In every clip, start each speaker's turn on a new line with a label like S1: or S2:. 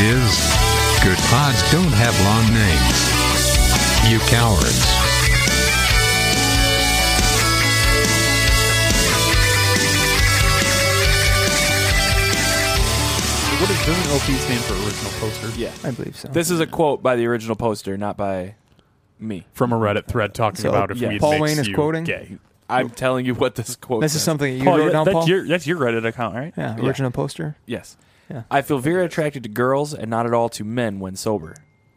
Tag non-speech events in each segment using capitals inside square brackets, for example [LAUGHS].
S1: is, good pods don't have long names. You cowards.
S2: What does doesn't OP stand for original poster?
S3: Yeah.
S4: I believe so.
S3: This is a quote by the original poster, not by me.
S5: From a Reddit thread talking
S4: So,
S5: about if
S3: yeah.
S5: weed
S4: Paul
S5: makes
S4: Wayne is
S5: you
S4: quoting?
S5: gay.
S3: I'm telling you what this quote.
S4: this is
S3: says.
S4: something that you
S5: Paul,
S4: wrote
S5: yeah,
S4: down,
S5: that's
S4: Paul.
S5: your that's your Reddit account, right?
S4: yeah,
S3: yeah.
S4: original poster.
S3: Yes.
S4: Yeah.
S3: I feel very attracted to girls and not at all to men when sober.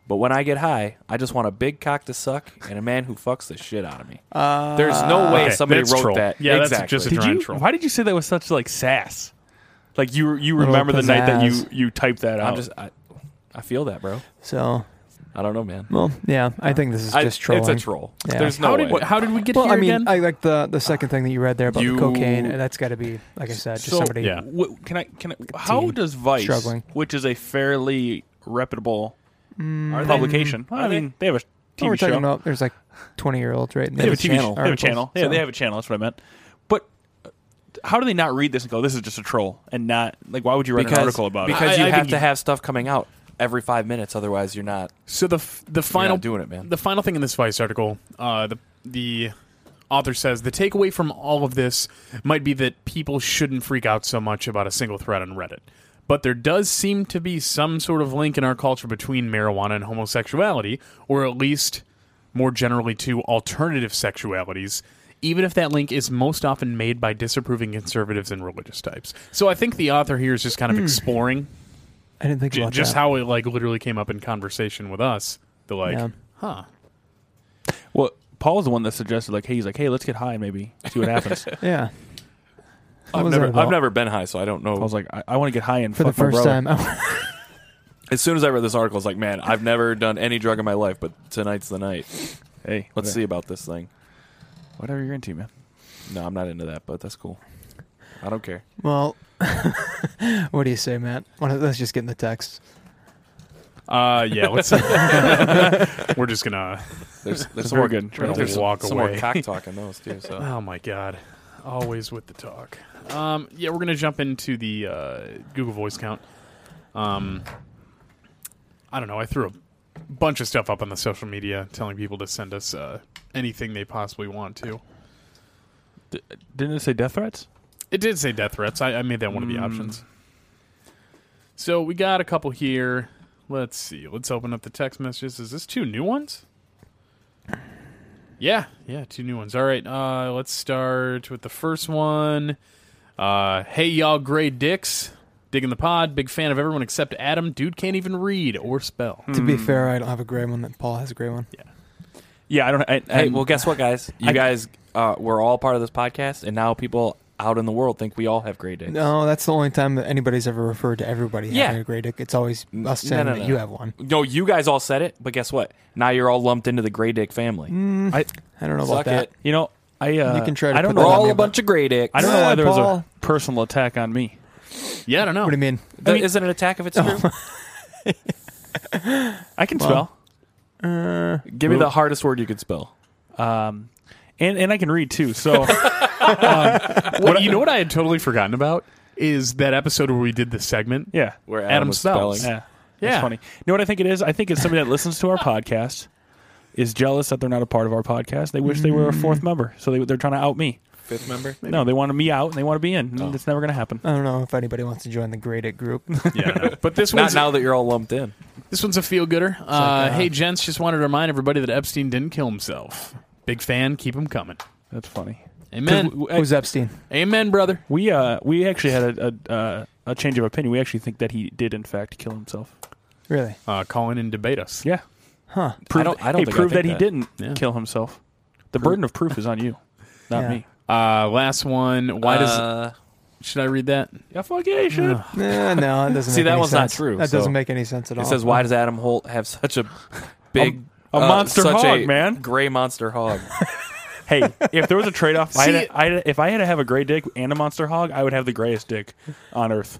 S3: But when I get high, I just want a big cock to suck and a man who fucks the shit out of me.
S4: Uh,
S3: There's no way
S5: Okay,
S3: somebody
S5: that's
S3: wrote
S5: troll.
S3: that.
S5: Yeah, that's
S3: exactly.
S5: just a
S3: Did
S5: dry
S3: you-
S5: troll. Why did you say that with such like sass? Like you you remember the night that you
S4: pizzazz.
S5: you typed that out?
S3: I'm just. I, I feel that, bro.
S4: So,
S3: I don't know, man.
S4: well, yeah, I think this is
S3: I-
S4: just trolling.
S3: It's a troll.
S4: Yeah.
S3: There's no
S5: how
S3: way.
S5: did how did we get
S4: Well,
S5: here
S4: I mean, uh,
S5: again?
S4: I like the the second thing that you read there about
S2: You-
S4: the cocaine. and That's got to be, like I said, just
S2: So-
S4: somebody.
S5: Yeah.
S2: Wh- can I? Can I? How
S4: teen
S2: does Vice,
S4: struggling.
S2: which is a fairly reputable
S4: Mm,
S2: publication,
S5: I mean, they have a
S4: oh, we're
S5: TV
S4: talking
S5: show.
S4: about there's like twenty year olds, right?
S2: they have a TV
S3: channel.
S2: channel. They have a
S4: Articles,
S2: channel. Yeah,
S4: so-
S2: they have a channel. That's what I meant. But uh, how do they not read this and go, "This is just a troll," and not like, why would you write
S3: because,
S2: an article about it?
S3: because
S5: I-
S3: you
S5: I
S3: have
S5: think
S3: to
S5: you-
S3: have stuff coming out every five minutes, otherwise you're not.
S5: So the f- the final
S3: not doing it, man.
S5: The final thing in this Vice article, uh, the the author says the takeaway from all of this might be that people shouldn't freak out so much about a single thread on Reddit. But there does seem to be some sort of link in our culture between marijuana and homosexuality, or at least more generally to alternative sexualities, even if that link is most often made by disapproving conservatives and religious types. So I think the author here is just kind of exploring
S4: I didn't think
S5: J-
S4: about
S5: just
S4: that.
S5: how it like literally came up in conversation with us. The like,
S4: Yeah.
S5: huh?
S2: Well, Paul's the one that suggested, like, hey, he's like, hey, let's get high and maybe see
S4: [LAUGHS]
S2: what happens.
S4: yeah. What
S3: I've
S4: was that
S3: never, I've
S4: about?
S3: never been high, so I don't know.
S2: I was like, I, I want to get high and
S4: for the
S2: fuck my
S4: first
S2: brother.
S4: time.
S3: as soon as I read this article, I was like, man, I've never done any drug in my life, but tonight's the night.
S2: Hey,
S3: Let's
S2: whatever-
S3: see about this thing.
S2: whatever you're into, man.
S3: No, I'm not into that, but that's cool. I don't
S2: [LAUGHS]
S3: care.
S4: [LAUGHS] well, [LAUGHS] what do you say, Matt? Why don't- Let's just get in the text.
S5: Uh, yeah. Let's. [LAUGHS] we're just gonna.
S3: There's there's some
S2: Very
S3: more
S2: good. Trying to
S3: There's some,
S5: walk
S3: some
S5: away. [LAUGHS]
S3: more cock talk in those too. So
S5: Oh my god, always with the talk. Um, yeah, we're gonna jump into the uh, Google Voice count. Um, I don't know. I threw a bunch of stuff up on the social media, telling people to send us uh, anything they possibly want to.
S2: D- didn't it say death threats?
S5: It did say death threats. I, I made that one of the options. So we got a couple here. Let's see. Let's open up the text messages. Is this two new ones? Yeah, yeah, two new ones. All right, uh, let's start with the first one. Uh, hey, y'all, gray dicks. Digging the pod. Big fan of everyone except Adam. Dude can't even read or spell.
S4: To be fair, I don't have a gray one. That Paul has a gray one.
S2: Yeah, I don't. I,
S3: hey,
S2: I'm-
S3: well, guess what, guys? You
S2: I-
S3: guys, uh, we're all part of this podcast, and now people out in the world think we all have great days.
S4: No, that's the only time that anybody's ever referred to everybody
S3: Yeah.
S4: having a gray dick. It's always us
S3: no,
S4: saying
S3: no,
S4: that
S3: no.
S4: you have one.
S3: No, you guys all said it, but guess what? Now you're all lumped into the gray dick family.
S2: I,
S4: I don't know
S3: Suck
S4: about that.
S3: it.
S2: you know, I. Uh,
S4: You can try to
S2: Mm, I don't
S4: put
S3: We're
S4: that
S2: know.
S4: on
S3: all
S4: me,
S3: a bunch of gray dicks.
S2: I don't know
S4: Yeah,
S2: why there was
S4: Paul.
S2: a personal attack on me.
S5: Yeah, I don't know.
S4: What do you mean?
S3: That Uh, is it an attack
S2: [LAUGHS]
S3: if it's true?
S2: I can
S4: Well,
S3: Give me the hardest word you could spell.
S2: spell, um, and and I can read too. So
S5: What, you know what I had totally forgotten about is that episode where we did the segment.
S2: yeah,
S3: Where Adam,
S5: Adam
S3: was
S5: spells.
S3: spelling.
S2: yeah,
S5: Yeah.
S2: That's funny. You know what I think it is? I think it's somebody that listens to our podcast is jealous that they're not a part of our podcast. They wish they were a fourth member, so they they're trying to out me.
S3: Fifth member.
S2: No, they wanted me out and they want to be in.
S3: Oh.
S2: It's never going to happen.
S4: I don't know if anybody wants to join the gray dick group.
S5: Yeah, I don't know. [LAUGHS] but this
S3: Not
S5: one's
S3: now that you're all lumped in.
S5: This one's a feel gooder. Uh,
S4: like, uh,
S5: hey, gents, just wanted to remind everybody that Epstein didn't kill himself. Big fan, keep him coming.
S2: That's funny.
S5: Amen.
S4: [LAUGHS] Who's Epstein?
S5: Amen, brother.
S2: We uh we actually had a a, uh, a change of opinion. We actually think that he did in fact kill himself.
S3: [SIGHS]
S4: Really?
S5: Uh, call in and debate us.
S2: Yeah,
S4: Huh?
S3: I don't. I don't.
S2: hey,
S3: think I
S2: prove
S3: think
S2: that he didn't
S5: Yeah.
S2: kill himself. The burden of proof is on you, not
S4: Yeah.
S2: me.
S5: Uh, last one. Why does
S3: Uh,
S5: should I read that?
S2: Yeah, fuck yeah, you should.
S3: [LAUGHS]
S4: Eh, no, it doesn't.
S3: See,
S4: make
S3: that
S4: any
S3: one's not
S4: sense.
S3: true,
S4: That
S3: so-
S4: doesn't make any sense at all.
S3: It says, "Why does Adam Holt have
S2: [LAUGHS]
S3: such a big,
S2: A- a
S3: uh,
S2: monster
S3: such
S2: hog,
S3: a
S2: man."
S3: Gray monster
S2: [LAUGHS]
S3: hog."
S2: hey, if there was a trade off, I
S5: See-
S2: had, I had, if I had to have a gray dick and a monster hog, I would have the grayest dick on earth.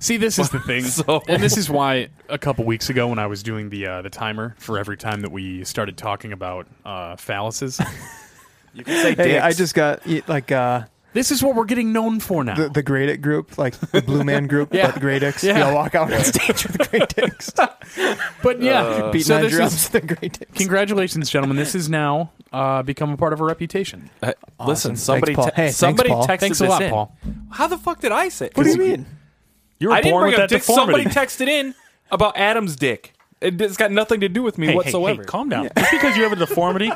S5: See, this is the thing,
S3: So-
S5: and this is why a couple weeks ago when I was doing the uh, the timer for every time that we started talking about uh, phalluses,
S3: You can say
S4: Hey, I just got y- like uh,
S5: This is what we're getting known for now.
S4: The, the Great It group, like
S3: [LAUGHS]
S4: the Blue Man group,
S5: Yeah.
S4: but the Great Dicks.
S5: Yeah.
S4: Yeah. all walk out on stage with the Great
S3: [LAUGHS]
S4: Dicks.
S5: but yeah,
S4: Beat
S5: so
S4: nine
S5: this is-
S4: drums, the Great Dicks.
S5: congratulations, gentlemen. This has now uh, become a part of our reputation.
S3: Uh, Listen,
S4: Thanks,
S3: somebody,
S4: Paul.
S3: te-
S4: Hey, thanks,
S3: somebody
S4: Paul.
S3: texted
S5: Thanks a
S3: this
S5: lot,
S3: in.
S5: Paul.
S3: How the fuck did I say?
S4: what do you mean?
S2: You were
S3: I didn't
S2: born
S3: bring
S2: with
S3: up
S2: that
S3: dick.
S2: deformity.
S3: Somebody texted in about Adam's dick. It, it's got nothing to do with me
S2: Hey, hey,
S3: whatsoever.
S2: hey, calm down. Just because you have a deformity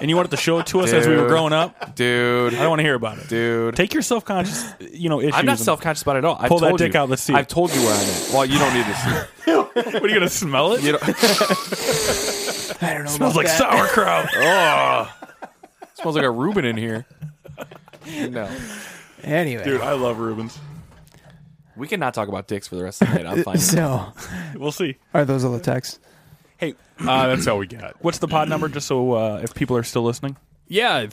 S2: and you wanted to show it to us as we were
S3: Dude.
S2: growing up,
S3: dude.
S2: I don't want to hear about it.
S3: dude.
S2: Take your self conscious, you know, issues.
S3: I'm not
S2: and-
S3: self conscious about it at all. I've
S2: Pull that
S3: told
S2: dick
S3: you.
S2: out, let's see
S3: I've
S2: it.
S3: told you where I'm at. Well, you don't need to see it. [LAUGHS]
S2: What are you gonna smell it?
S3: You don't, it
S4: I don't know.
S2: smells like sauerkraut.
S3: [LAUGHS] smells like a [LAUGHS] Reuben in
S2: [LAUGHS]
S3: here. No,
S4: Anyway,
S2: Dude, I love Rubens.
S3: we cannot talk about dicks for the rest of the night.
S4: [LAUGHS]
S3: I'm fine.
S4: so
S2: We'll see.
S4: are those all the texts?
S2: Hey,
S5: Uh, that's all we got.
S2: what's the pod number? Just so uh, if people are still listening,
S5: Yeah,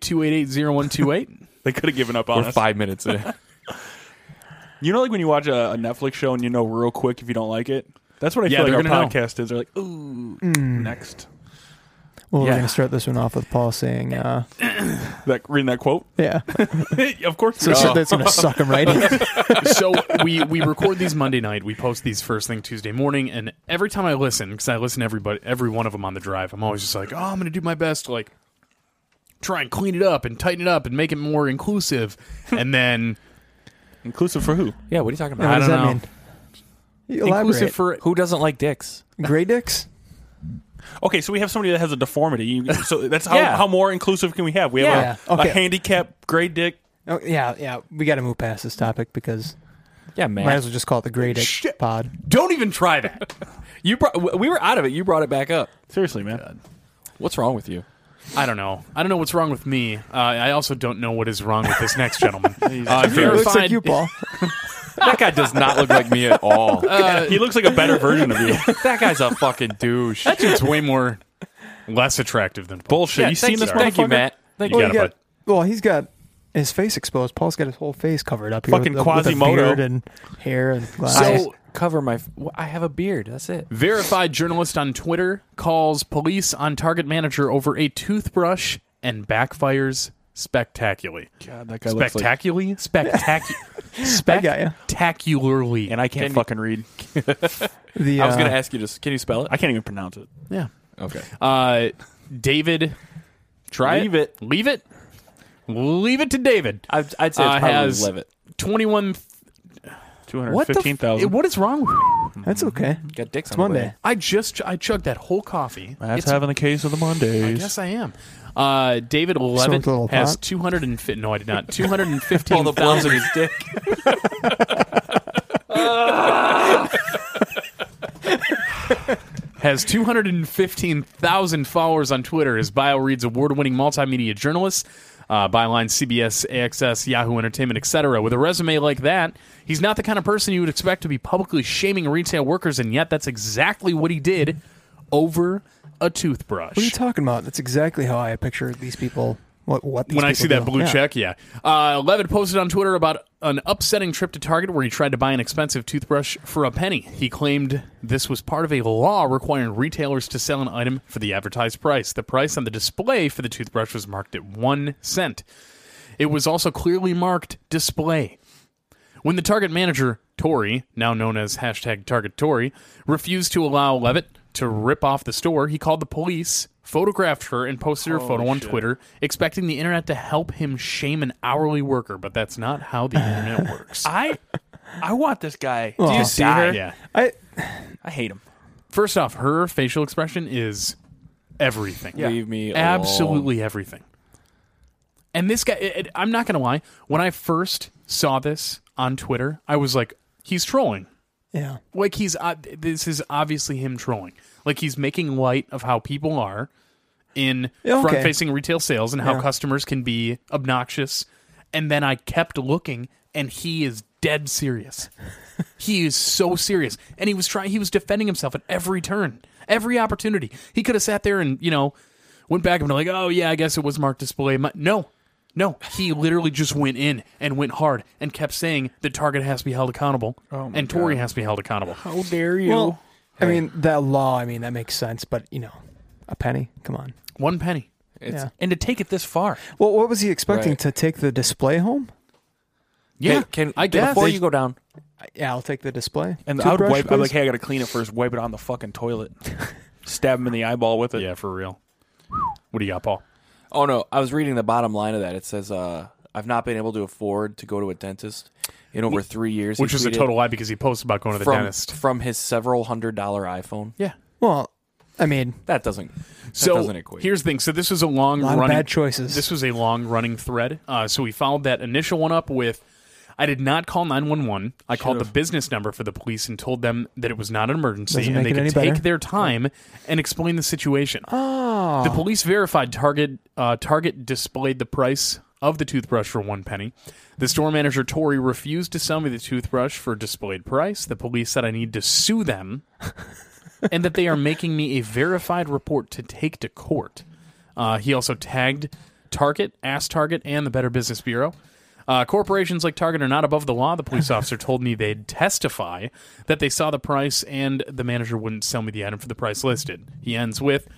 S3: [LAUGHS]
S5: 313-288-0128.
S2: they could have given up on
S3: We're
S2: us.
S3: five minutes in.
S2: You know, like when you watch a, a Netflix show and you know real quick if you don't like it. That's what I
S5: Yeah,
S2: feel
S5: they're
S2: like our
S5: gonna know.
S2: podcast is. They're like, ooh, next.
S4: Well,
S2: Yeah.
S4: we're gonna start this one off with Paul saying, uh,
S2: That reading that [LAUGHS] quote.
S5: [LAUGHS]
S4: "Yeah,
S2: of course.
S4: so
S5: Oh.
S4: that's gonna suck him right in."
S5: so we we record these Monday night. We post these first thing Tuesday morning, and every time I listen, because I listen to everybody every one of them on the drive, I'm always just like, oh, I'm gonna do my best, to, like try and clean it up and tighten it up and make it more inclusive, and then
S2: Inclusive for who?
S3: Yeah, what are you talking
S4: What
S3: about?
S5: I
S4: does
S5: don't
S4: that
S5: know.
S4: mean? You
S5: inclusive
S4: elaborate.
S5: for
S3: Who doesn't like dicks?
S4: Gray dicks?
S2: Okay, so we have somebody that has a deformity. You- So that's [LAUGHS] how,
S3: Yeah.
S2: how more inclusive can we have? We have
S4: Yeah.
S2: a,
S4: Okay.
S2: a handicapped gray dick.
S4: Oh, yeah, yeah. We got to move past this topic because
S3: Yeah,
S4: might
S3: man.
S4: as well just call it the Gray Dick Pod.
S5: Don't even try that.
S3: You brought, w- we were out of it. You brought it back up.
S2: Seriously, man. [LAUGHS]
S3: What's wrong with you?
S5: I don't know. I don't know what's wrong with me. Uh, I also don't know what is wrong with this next gentleman. Uh,
S4: It looks like
S5: verified- [LAUGHS]
S4: you, Paul.
S3: That guy does not look like me at [LAUGHS] all.
S2: he looks like a better version of you.
S3: [LAUGHS] that guy's a fucking douche.
S5: That dude's way more less attractive than Paul.
S2: Bullshit. you seen this?
S3: Thank you,
S2: motherfucker?
S3: Matt. Thank
S5: You
S3: you.
S5: got it,
S4: got-
S5: bud.
S4: well, he's got his face exposed. Paul's got his whole face covered up. Here
S2: Fucking
S4: with, the- with the
S2: Quasimodo.
S4: beard and hair and glasses.
S5: So
S3: Cover my. f- wh- I have a beard. That's it.
S5: verified journalist on Twitter calls police on target manager over a toothbrush and backfires spectacularly.
S2: God, [LAUGHS] that guy looks like.
S5: Spectacularly,
S2: [LAUGHS]
S5: spectacular,
S4: I got ya.
S5: spectacularly.
S2: And I can't
S3: Can-
S2: fucking read.
S4: the,
S3: I was
S4: uh,
S3: gonna ask you to. Can you spell it?
S2: I can't even pronounce it.
S5: yeah,
S3: Okay.
S5: uh, David, try
S2: Leave it.
S5: Leave it. Leave it to David.
S3: I'd, I'd say it's
S5: Uh,
S3: probably
S5: has-
S3: Levitt.
S5: Twenty-one.
S2: Two
S5: What
S2: hundred
S5: the f-
S2: fifteen thousand.
S5: What is wrong with me?
S4: That's okay.
S3: Got dicks.
S4: It's Monday.
S5: I just ch- I chugged that whole coffee.
S2: That's
S5: It's-
S2: having the case of the
S5: I
S2: Mondays.
S5: guess I am. Uh, David Levitt
S4: it's a little
S5: has
S4: hot.
S5: two hundred and fifty. No, I did
S2: [LAUGHS]
S5: not. Two hundred and
S3: All
S5: fifteen
S3: the blows in his dick.
S5: has two hundred and fifteen thousand followers on Twitter. His bio reads: award-winning multimedia journalist. Uh, byline CBS, AXS, Yahoo Entertainment, etc. With a resume like that, he's not the kind of person you would expect to be publicly shaming retail workers, and yet that's exactly what he did over a toothbrush.
S4: What are you talking about? That's exactly how I picture these people. What? What? These
S5: when I
S4: people
S5: see that
S4: do.
S5: blue
S4: Yeah.
S5: check, yeah. Uh, Levitt posted on Twitter about an upsetting trip to Target where he tried to buy an expensive toothbrush for a penny. He claimed this was part of a law requiring retailers to sell an item for the advertised price. The price on the display for the toothbrush was marked at one cent. It was also clearly marked display. When the Target manager, Tory, now known as hashtag Target Tory, refused to allow Levitt to rip off the store, he called the police, photographed her, and posted her photo on Twitter, expecting the internet to help him shame an hourly worker, but that's not how the internet works.
S2: I, I want this guy. Do
S4: Aw.
S2: you see her?
S5: Yeah.
S4: I
S2: I hate him.
S5: First off, her facial expression is everything.
S3: Leave me alone.
S5: absolutely everything. And this guy, it, it- I'm not going to lie, when I first saw this on Twitter, I was like, he's trolling.
S4: yeah.
S5: like he's uh, this is obviously him trolling. Like he's making light of how people are in
S4: Yeah, okay.
S5: front-facing retail sales and how
S4: Yeah.
S5: customers can be obnoxious. And then I kept looking, and he is dead serious. he is so serious, and he was trying. He was defending himself at every turn, every opportunity. He could have sat there and you know went back and been like, "Oh yeah, I guess it was marked display." My, no. No, he literally just went in and went hard and kept saying that Target has to be held accountable
S4: Oh
S5: and Tory has to be held accountable.
S2: How dare you?
S4: Well, I mean that law. I mean that makes sense, but you know, a penny. Come on.
S5: One penny.
S3: It's,
S4: Yeah.
S2: and to take it this far.
S4: Well, what was he expecting
S3: Right.
S4: to take the display home?
S5: Yeah,
S3: can,
S5: I guess.
S3: before
S5: They-
S3: you go down,
S4: Yeah, I'll take the display.
S2: And I would
S4: Toothbrush,
S2: wipe. I'm like,
S4: please?
S2: hey, I gotta clean it first. Wipe it on the fucking [LAUGHS] toilet. Stab him in the eyeball with it.
S5: Yeah, for real. What do you got, Paul?
S3: Oh no, I was reading the bottom line of that. It says, uh, "I've not been able to afford to go to a dentist in over three years," he
S5: Which was a
S3: tweeted
S5: total lie because he posted about going to the
S3: from,
S5: dentist.
S3: from his several hundred dollar iPhone.
S2: Yeah.
S4: well, I mean,
S3: That doesn't. That
S5: So
S3: doesn't equate.
S5: here's the thing. So this was a long
S4: a lot
S5: running.
S4: of bad choices.
S5: This was a long running thread. Uh, so we followed that initial one up with I did not call 911. I called the business number for the police and told them that it was not an emergency
S4: Doesn't
S5: and
S4: make
S5: they
S4: it
S5: could
S4: any
S5: take
S4: better.
S5: their time and explain the situation.
S4: oh,
S5: The police verified Target uh, Target displayed the price of the toothbrush for one penny. The store manager Tori refused to sell me the toothbrush for displayed price. The police said I need to sue them, and that they are making me a verified report to take to court. Uh, he also tagged Target, Ask Target, and the Better Business Bureau. Uh, corporations like Target are not above the law. The police officer told me they'd testify that they saw the price and the manager wouldn't sell me the item for the price listed. He ends with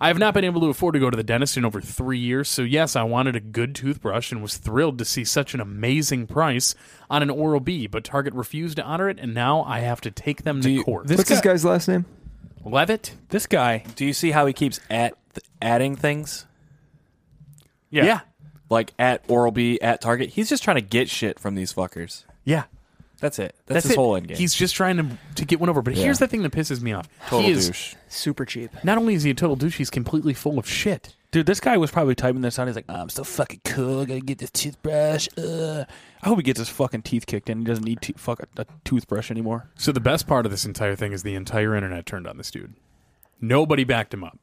S5: I have not been able to afford to go to the dentist in over three years, so yes, I wanted a good toothbrush and was thrilled to see such an amazing price on an Oral B, but Target refused to honor it, and now I have to take them to
S3: you-
S5: court.
S2: this
S4: what's this
S2: guy-
S4: guy's last name?
S5: Levitt?
S2: This guy.
S3: Do you see how he keeps at th- adding things
S2: Yeah.
S5: Yeah.
S3: like at Oral B, at Target? He's just trying to get shit from these fuckers.
S5: yeah.
S3: That's it. That's, his
S5: it.
S3: whole end game.
S5: He's just trying to, to get one over. But here's the thing that pisses me off.
S3: total
S5: he is,
S3: douche.
S4: Super cheap.
S5: Not only is he a total douche, he's completely full of shit.
S2: Dude, this guy was probably typing this out. He's like, I'm so fucking cool. Gotta get this toothbrush. Uh. I hope he gets his fucking teeth kicked in. He doesn't need to fuck a, a toothbrush anymore.
S5: So the best part of this entire thing is the entire internet turned on this dude. Nobody backed him up.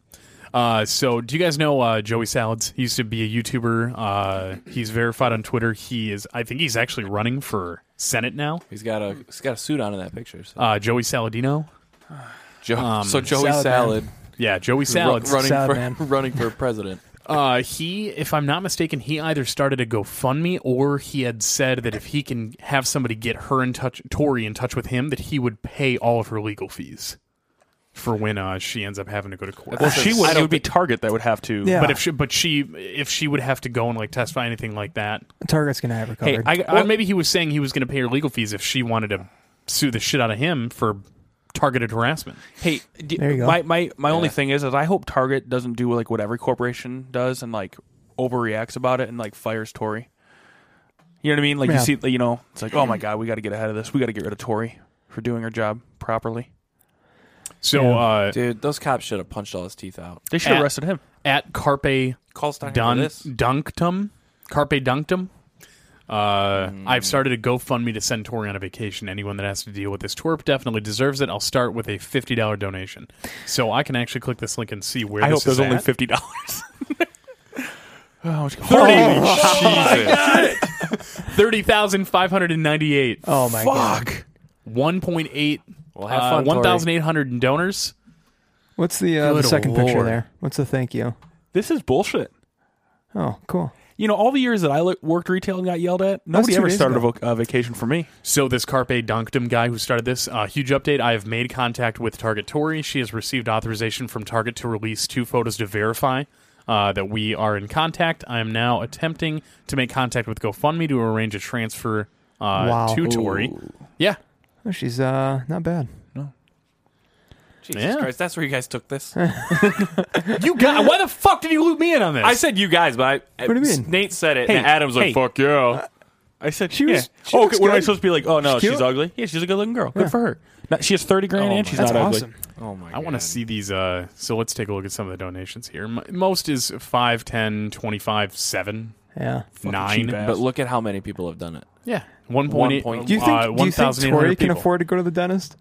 S5: Uh, so do you guys know uh, Joey Salads? He used to be a YouTuber. Uh, he's verified on Twitter. He is. I think he's actually running for Senate now.
S3: He's got a he's got a suit on in that picture. So,
S5: Uh, Joey Saladino.
S3: Joe,
S5: um,
S3: so Joey
S4: Salad
S3: Salad,
S5: Yeah, Joey
S3: ru-
S5: Salads.
S3: running
S4: Salad
S3: for
S4: man.
S3: [LAUGHS] running for president.
S5: Uh, he, if I'm not mistaken, he either started a GoFundMe or he had said that if he can have somebody get her in touch, Tori in touch with him, that he would pay all of her legal fees for when uh, she ends up having to go to court.
S2: Well,
S3: That's
S2: she
S3: a-
S2: would.
S3: I
S2: It
S3: don't
S2: would be Target that would have to.
S4: Yeah.
S5: but if she, but she, if she would have to go and like testify anything like that,
S4: Target's gonna have her
S5: hey,
S4: covered.
S5: I, I- maybe he was saying he was going to pay her legal fees if she wanted to sue the shit out of him for targeted harassment.
S2: Hey, d-
S4: There you go.
S2: my my, my only thing is, is I hope Target doesn't do like what every corporation does and like overreacts about it and like fires Tory. You know what I mean? Like
S4: Yeah.
S2: you see, you know, it's like, oh my god, we got to get ahead of this. We got to get rid of Tory for doing her job properly.
S5: So
S4: Yeah.
S5: uh,
S3: Dude, those cops should have punched all his teeth out.
S2: They should have
S5: At-
S2: arrested him.
S5: at Carpe
S3: Call Steiner
S5: Dun-
S3: for this.
S5: Dunctum, Carpe Dunctum. Uh,
S3: Hmm.
S5: I've started a GoFundMe to send Tori on a vacation. Anyone that has to deal with this twerp definitely deserves it. I'll start with a fifty dollar donation, so I can actually click this link and see where
S2: I hope
S5: this
S2: there's
S5: is
S2: only
S5: at.
S2: fifty dollars.
S5: [LAUGHS]
S2: oh, it's-
S5: thirty thousand five hundred and ninety eight.
S4: oh my god.
S5: One point eight. uh,
S3: Well, have fun, Tori.
S5: One thousand eight hundred in donors.
S4: What's the, uh, the
S5: Good
S4: second picture
S5: lord.
S4: there? What's the thank you?
S2: this is bullshit.
S4: Oh, cool.
S2: You know, all the years that I lo- worked retail and got yelled at, nobody
S4: two
S2: ever
S4: days
S2: started a,
S4: ago.
S2: voc- a vacation for me.
S5: So this Carpe Dunctum guy who started this, uh, huge update. I have made contact with Target Tori. She has received authorization from Target to release two photos to verify uh, that we are in contact. I am now attempting to make contact with GoFundMe to arrange a transfer uh,
S4: Wow.
S5: to Tori. Yeah.
S4: Oh, she's uh not bad.
S3: Jesus
S5: Yeah.
S3: Christ, that's where you guys took this.
S5: You got why the fuck did you loop me in on this?
S3: I said you guys, but I,
S4: What do you mean?
S3: Nate said it,
S2: Hey,
S3: and Adam's like,
S2: hey.
S3: "Fuck yeah."
S2: I said
S4: She
S2: yeah.
S4: was- she
S2: oh,
S4: looks
S2: okay, what am I
S4: good.
S2: supposed to be like? Oh no, she's,
S4: cute.
S2: ugly. Yeah, she's a good looking girl. Good for her. Now, she has thirty grand
S3: Oh,
S2: and
S3: my-
S2: she's
S4: That's
S2: not
S4: awesome.
S2: ugly.
S3: Oh my!
S5: I want to
S3: God.
S5: see these. Uh, so let's take a look at some of the donations here. M- most is 5, 10, 25, 7,
S4: Yeah.
S5: 9.
S2: cheap ass.
S3: But look at how many people have done it.
S5: Yeah. 1.8.
S3: 1.8.
S4: Do you think
S5: uh,
S4: do you think
S5: 1,800
S4: Tori can
S5: people.
S4: afford to go to the dentist?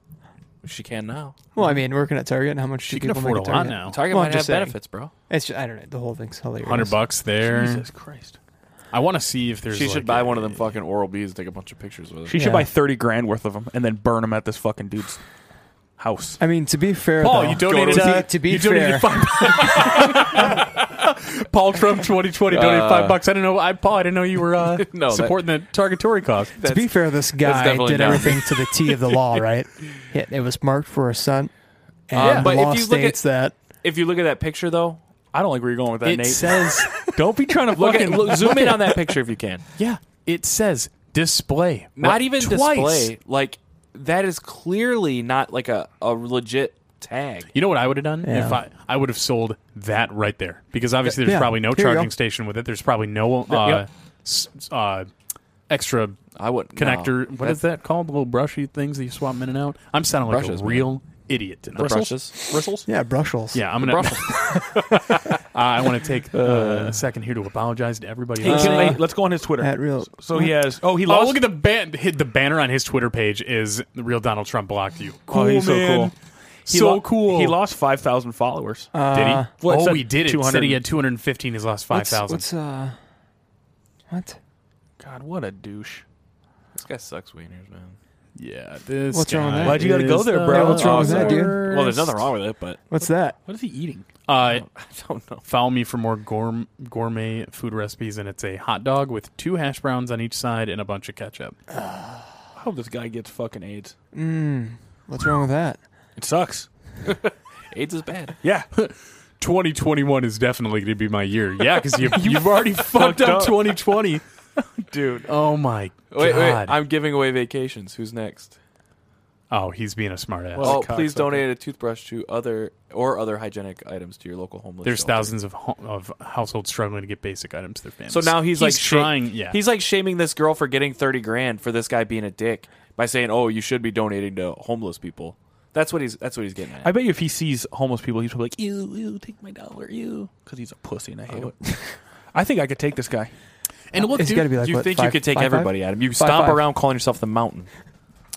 S3: She can now.
S4: Well, I mean, working at Target, and how much
S5: She can
S4: do people
S5: afford a
S4: make at
S5: lot
S4: Target?
S5: now.
S3: Target
S4: Well, I'm
S3: might have
S4: just saying.
S3: benefits, bro.
S4: It's just, I don't know. The whole thing's hilarious.
S5: Hundred bucks there.
S2: Jesus Christ.
S5: I want to see if there's.
S3: She should
S5: like,
S3: buy
S5: a-
S3: one of them fucking Oral B's, and take a bunch of pictures with
S2: She
S3: her.
S2: should
S4: Yeah.
S2: buy thirty grand worth of them and then burn them at this fucking dude's [LAUGHS] house.
S4: I mean, to be fair,
S5: Paul,
S4: though,
S5: you donated.
S4: to,
S5: uh,
S4: be, to be
S5: you
S4: fair,
S5: donated five- Paul Trump 2020 donated
S3: Uh,
S5: five bucks. I didn't know. I Paul, I didn't know you were uh,
S3: [LAUGHS] No, that-
S5: supporting the target Tory
S3: [LAUGHS]
S5: cause.
S4: to be fair, this guy
S3: definitely
S4: did
S3: not.
S4: everything to the T of the
S3: [LAUGHS]
S4: law, right? It, it was marked for a son, and
S3: but
S4: the
S3: if
S4: law
S3: you look at-
S4: states that
S3: If you look at that picture, though,
S2: I don't like where you're going with that,
S5: It
S3: [LAUGHS]
S2: Nate.
S5: says
S2: don't be trying to
S3: Look at
S2: fucking
S3: look, zoom in on that picture if you can.
S5: yeah, it says display.
S3: Not
S5: What?
S3: even
S5: Twice.
S3: display. Like that is clearly not like a, a legit tag.
S5: You know what I would have done
S4: Yeah.
S5: if I I would have sold that right there because obviously there's
S4: Yeah.
S5: probably no
S4: Here you go.
S5: charging station with it. There's probably no uh,
S3: yep.
S5: s- uh, extra
S3: I wouldn't no.
S5: connector. What
S3: That's
S5: is that called? The little brushy things that you swap in and out. I'm sounding like
S3: Brushes,
S5: a
S3: man.
S5: real idiot tonight.
S3: the brushes.
S2: bristles.
S4: Yeah, Brussels.
S5: Yeah, I'm gonna. I [LAUGHS] want to take uh, a second here to apologize to everybody.
S2: Hey,
S5: else.
S2: can- hey, let's go on his Twitter.
S4: At real.
S2: so he has. Oh, he
S5: oh,
S2: Uh, lost.
S5: look at the ban- hit the banner on his Twitter page is the real Donald Trump blocked you.
S2: Oh, he's so cool. He
S5: So
S2: lo-
S5: cool.
S2: He lost five thousand followers.
S5: Did he?
S4: Uh,
S2: Well, it
S5: oh,
S2: said
S5: we did it. It
S2: 200.
S5: Said he had 215. He's lost
S4: what's-
S5: 5,000.
S4: What's uh? What?
S2: God, what a douche.
S3: This guy sucks wieners, man.
S5: Yeah, this.
S4: What's wrong with
S5: guy
S4: that?
S2: Why'd you gotta
S5: is
S2: go
S5: uh,
S2: there,
S5: the
S2: bro?
S4: Yeah, what's wrong with that, dude?
S5: worst.
S3: Well, there's nothing wrong with it, but
S4: What's that?
S2: What is he eating?
S5: Uh,
S3: I don't know.
S5: follow me for more gourm- gourmet food recipes, and it's a hot dog with two hash browns on each side and a bunch of ketchup.
S2: I hope this guy gets fucking AIDS.
S4: Mm, what's wrong with that?
S2: It sucks.
S3: AIDS is bad.
S5: [LAUGHS]
S2: Yeah.
S5: 2021 is definitely going to be my year. Yeah, because
S3: [LAUGHS]
S5: you, you've already fucked up,
S2: up.
S5: 2020.
S3: Dude.
S5: Oh my
S3: Wait,
S5: god.
S3: wait. I'm giving away vacations. Who's next?
S5: oh, he's being a smartass.
S2: Well,
S3: oh,
S2: cocksucker.
S3: please donate a toothbrush to other or other hygienic items to your local homeless.
S5: There's
S3: shelter.
S5: thousands of ho- of households struggling to get basic items to their families.
S3: So now he's, like sha-
S5: trying. yeah,
S3: He's like shaming this girl for getting 30 grand for this guy being a dick by saying, "Oh, you should be donating to homeless people." That's what he's that's what he's getting at.
S2: I bet you if he sees homeless people, he's probably like, ew, ew, take my dollar, ew. Oh. Because he's a pussy and I hate [LAUGHS] him. I think I could take this guy.
S5: and look,
S4: It's
S5: dude,
S4: gotta be like
S3: you
S4: what,
S3: think you
S4: five-
S3: could take
S4: five, five?
S3: everybody at him. You stomp
S4: five.
S3: around calling yourself the mountain.